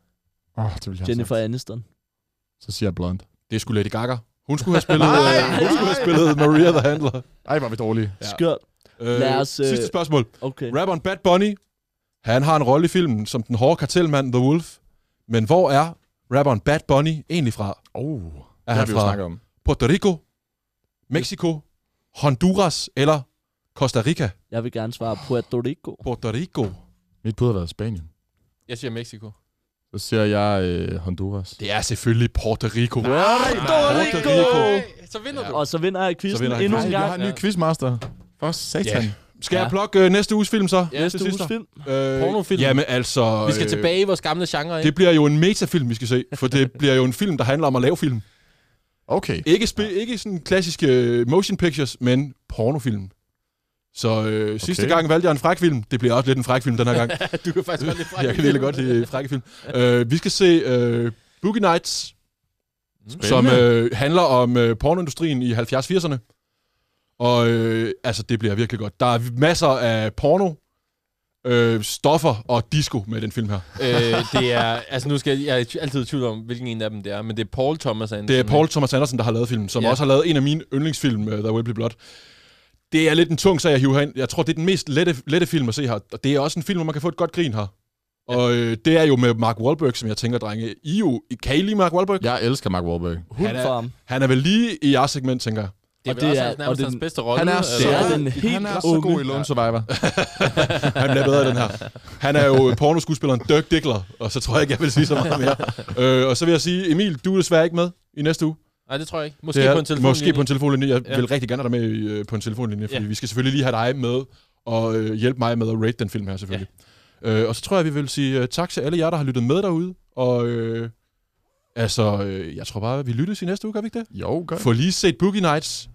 Åh, oh, det vil jeg have
Jennifer Aniston.
sagt. Så siger jeg blond.
Det skulle Lady Gaga. Hun skulle have spillet,
Nej,
øh, hun skulle have spillet Maria the Handler.
Ej, var vi dårlige.
Ja.
Skørt.
Øh,
Lad os, øh,
Sidste spørgsmål.
Okay.
Rapperen Bad Bunny, han har en rolle i filmen som den hårde kartelmand The Wolf. Men hvor er rapperen Bad Bunny egentlig fra?
Oh, det
Er
har
han
vi jo
fra
snakket om.
Puerto Rico, Mexico, Honduras eller Costa Rica?
Jeg vil gerne svare Puerto Rico.
Puerto Rico.
Mit bud har været Spanien.
Jeg siger Mexico.
Så siger jeg øh, Honduras.
Det er selvfølgelig Puerto Rico. Nej,
Puerto
Så vinder
Ja.
du.
Og så vinder jeg
Så
quizzen
vinder jeg
endnu en
quizzen.
Nej, vi har
gang.
en ny quizmaster. For satan.
Ja. Skal jeg
Ja.
plukke øh, næste uges film så?
Ja,
Næste
sidste.
uges film.
Øh,
Pornofilm.
Jamen altså...
Vi skal
øh,
tilbage i vores gamle genre, ikke?
Det bliver jo en metafilm, vi skal se, for det bliver jo en film, der handler om at lave film.
Okay.
Ikke, spe, ikke sådan klassiske øh, motion pictures, men pornofilm. Så øh, sidste
Okay.
gang valgte jeg en fræk film. Det bliver også lidt en fræk film den her gang.
Du kan faktisk godt lide
jeg kan virkelig godt lide frække film. Øh, vi skal se øh, Boogie Nights, som øh, handler om øh, pornoindustrien i 70'erne. Og øh, altså, det bliver virkelig godt. Der er masser af porno, øh, stoffer og disco med den film her.
øh, det er, altså nu skal jeg, jeg er altid i tvivl om, hvilken en af dem det er, men det er Paul Thomas Andersen.
Det er Paul Thomas Andersen, der har lavet filmen, som
Ja.
også har lavet en af mine yndlingsfilm, øh, The Will Be Blood. Det er lidt en tung sag at hive herind. Jeg tror, det er den mest lette, lette film at se her. Og det er også en film, hvor man kan få et godt grin her. Og øh, det er jo med Mark Wahlberg, som jeg tænker, drenge. I jo, kan I lide Mark Wahlberg?
Jeg elsker Mark Wahlberg.
Hund
Han er-
for ham.
Han er vel lige i jeres segment, tænker jeg.
Det er,
og
vel
det
også
er-
hans,
og
nærmest
det-
hans bedste rolle.
Han er,
eller
så,
hvad?
er den
han
helt
er så god
unge.
i Lone Survivor.
Han bliver bedre i den her. Han er jo pornoskuespilleren Dirk Diggler, og så tror jeg ikke, jeg vil sige så meget mere. Øh, og så vil jeg sige, Emil, du er desværre ikke med i næste uge.
Nej, det tror jeg ikke. Måske
Det er-
på en telefon.
Måske på en telefonlinje. Jeg
Ja.
ja. vil rigtig gerne have dig med i, øh, på en telefonlinje, fordi
Ja.
vi skal selvfølgelig lige have dig med og øh, hjælpe mig med at rate den film her selvfølgelig. Ja. Øh, og så tror jeg, vi vil sige øh, tak til alle jer, der har lyttet med derude. Og øh, altså, øh, jeg tror bare, vi lyttes i næste uge, gør vi ikke det?
Jo, godt.
Få lige set Boogie Nights.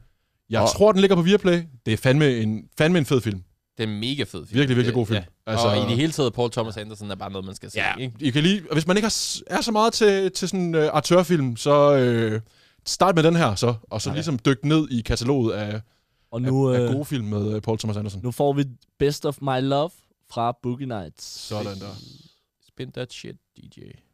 Jeg
Og-
tror, den ligger på Viaplay. Det er fandme en, fandme en fed film.
Det er en mega fed film.
Virkelig, virkelig
Det-
god film.
Ja. Altså, og i det hele taget, Paul Thomas Andersen er bare noget, man skal se.
Ja,
Ikke?
I kan lige, og hvis man ikke har, s- er så meget til, til sådan en øh, amatørfilm, så øh, start med den her så, og så
Ja.
ligesom dykke ned i kataloget af,
Og
nu,
nu,
af, af
øh,
gode film med øh, Paul Thomas Andersen.
nu får vi Best of My Love fra Boogie Nights.
Sådan der.
Spin that shit, DJ.
Oh, Oh, Oh, Oh, oh,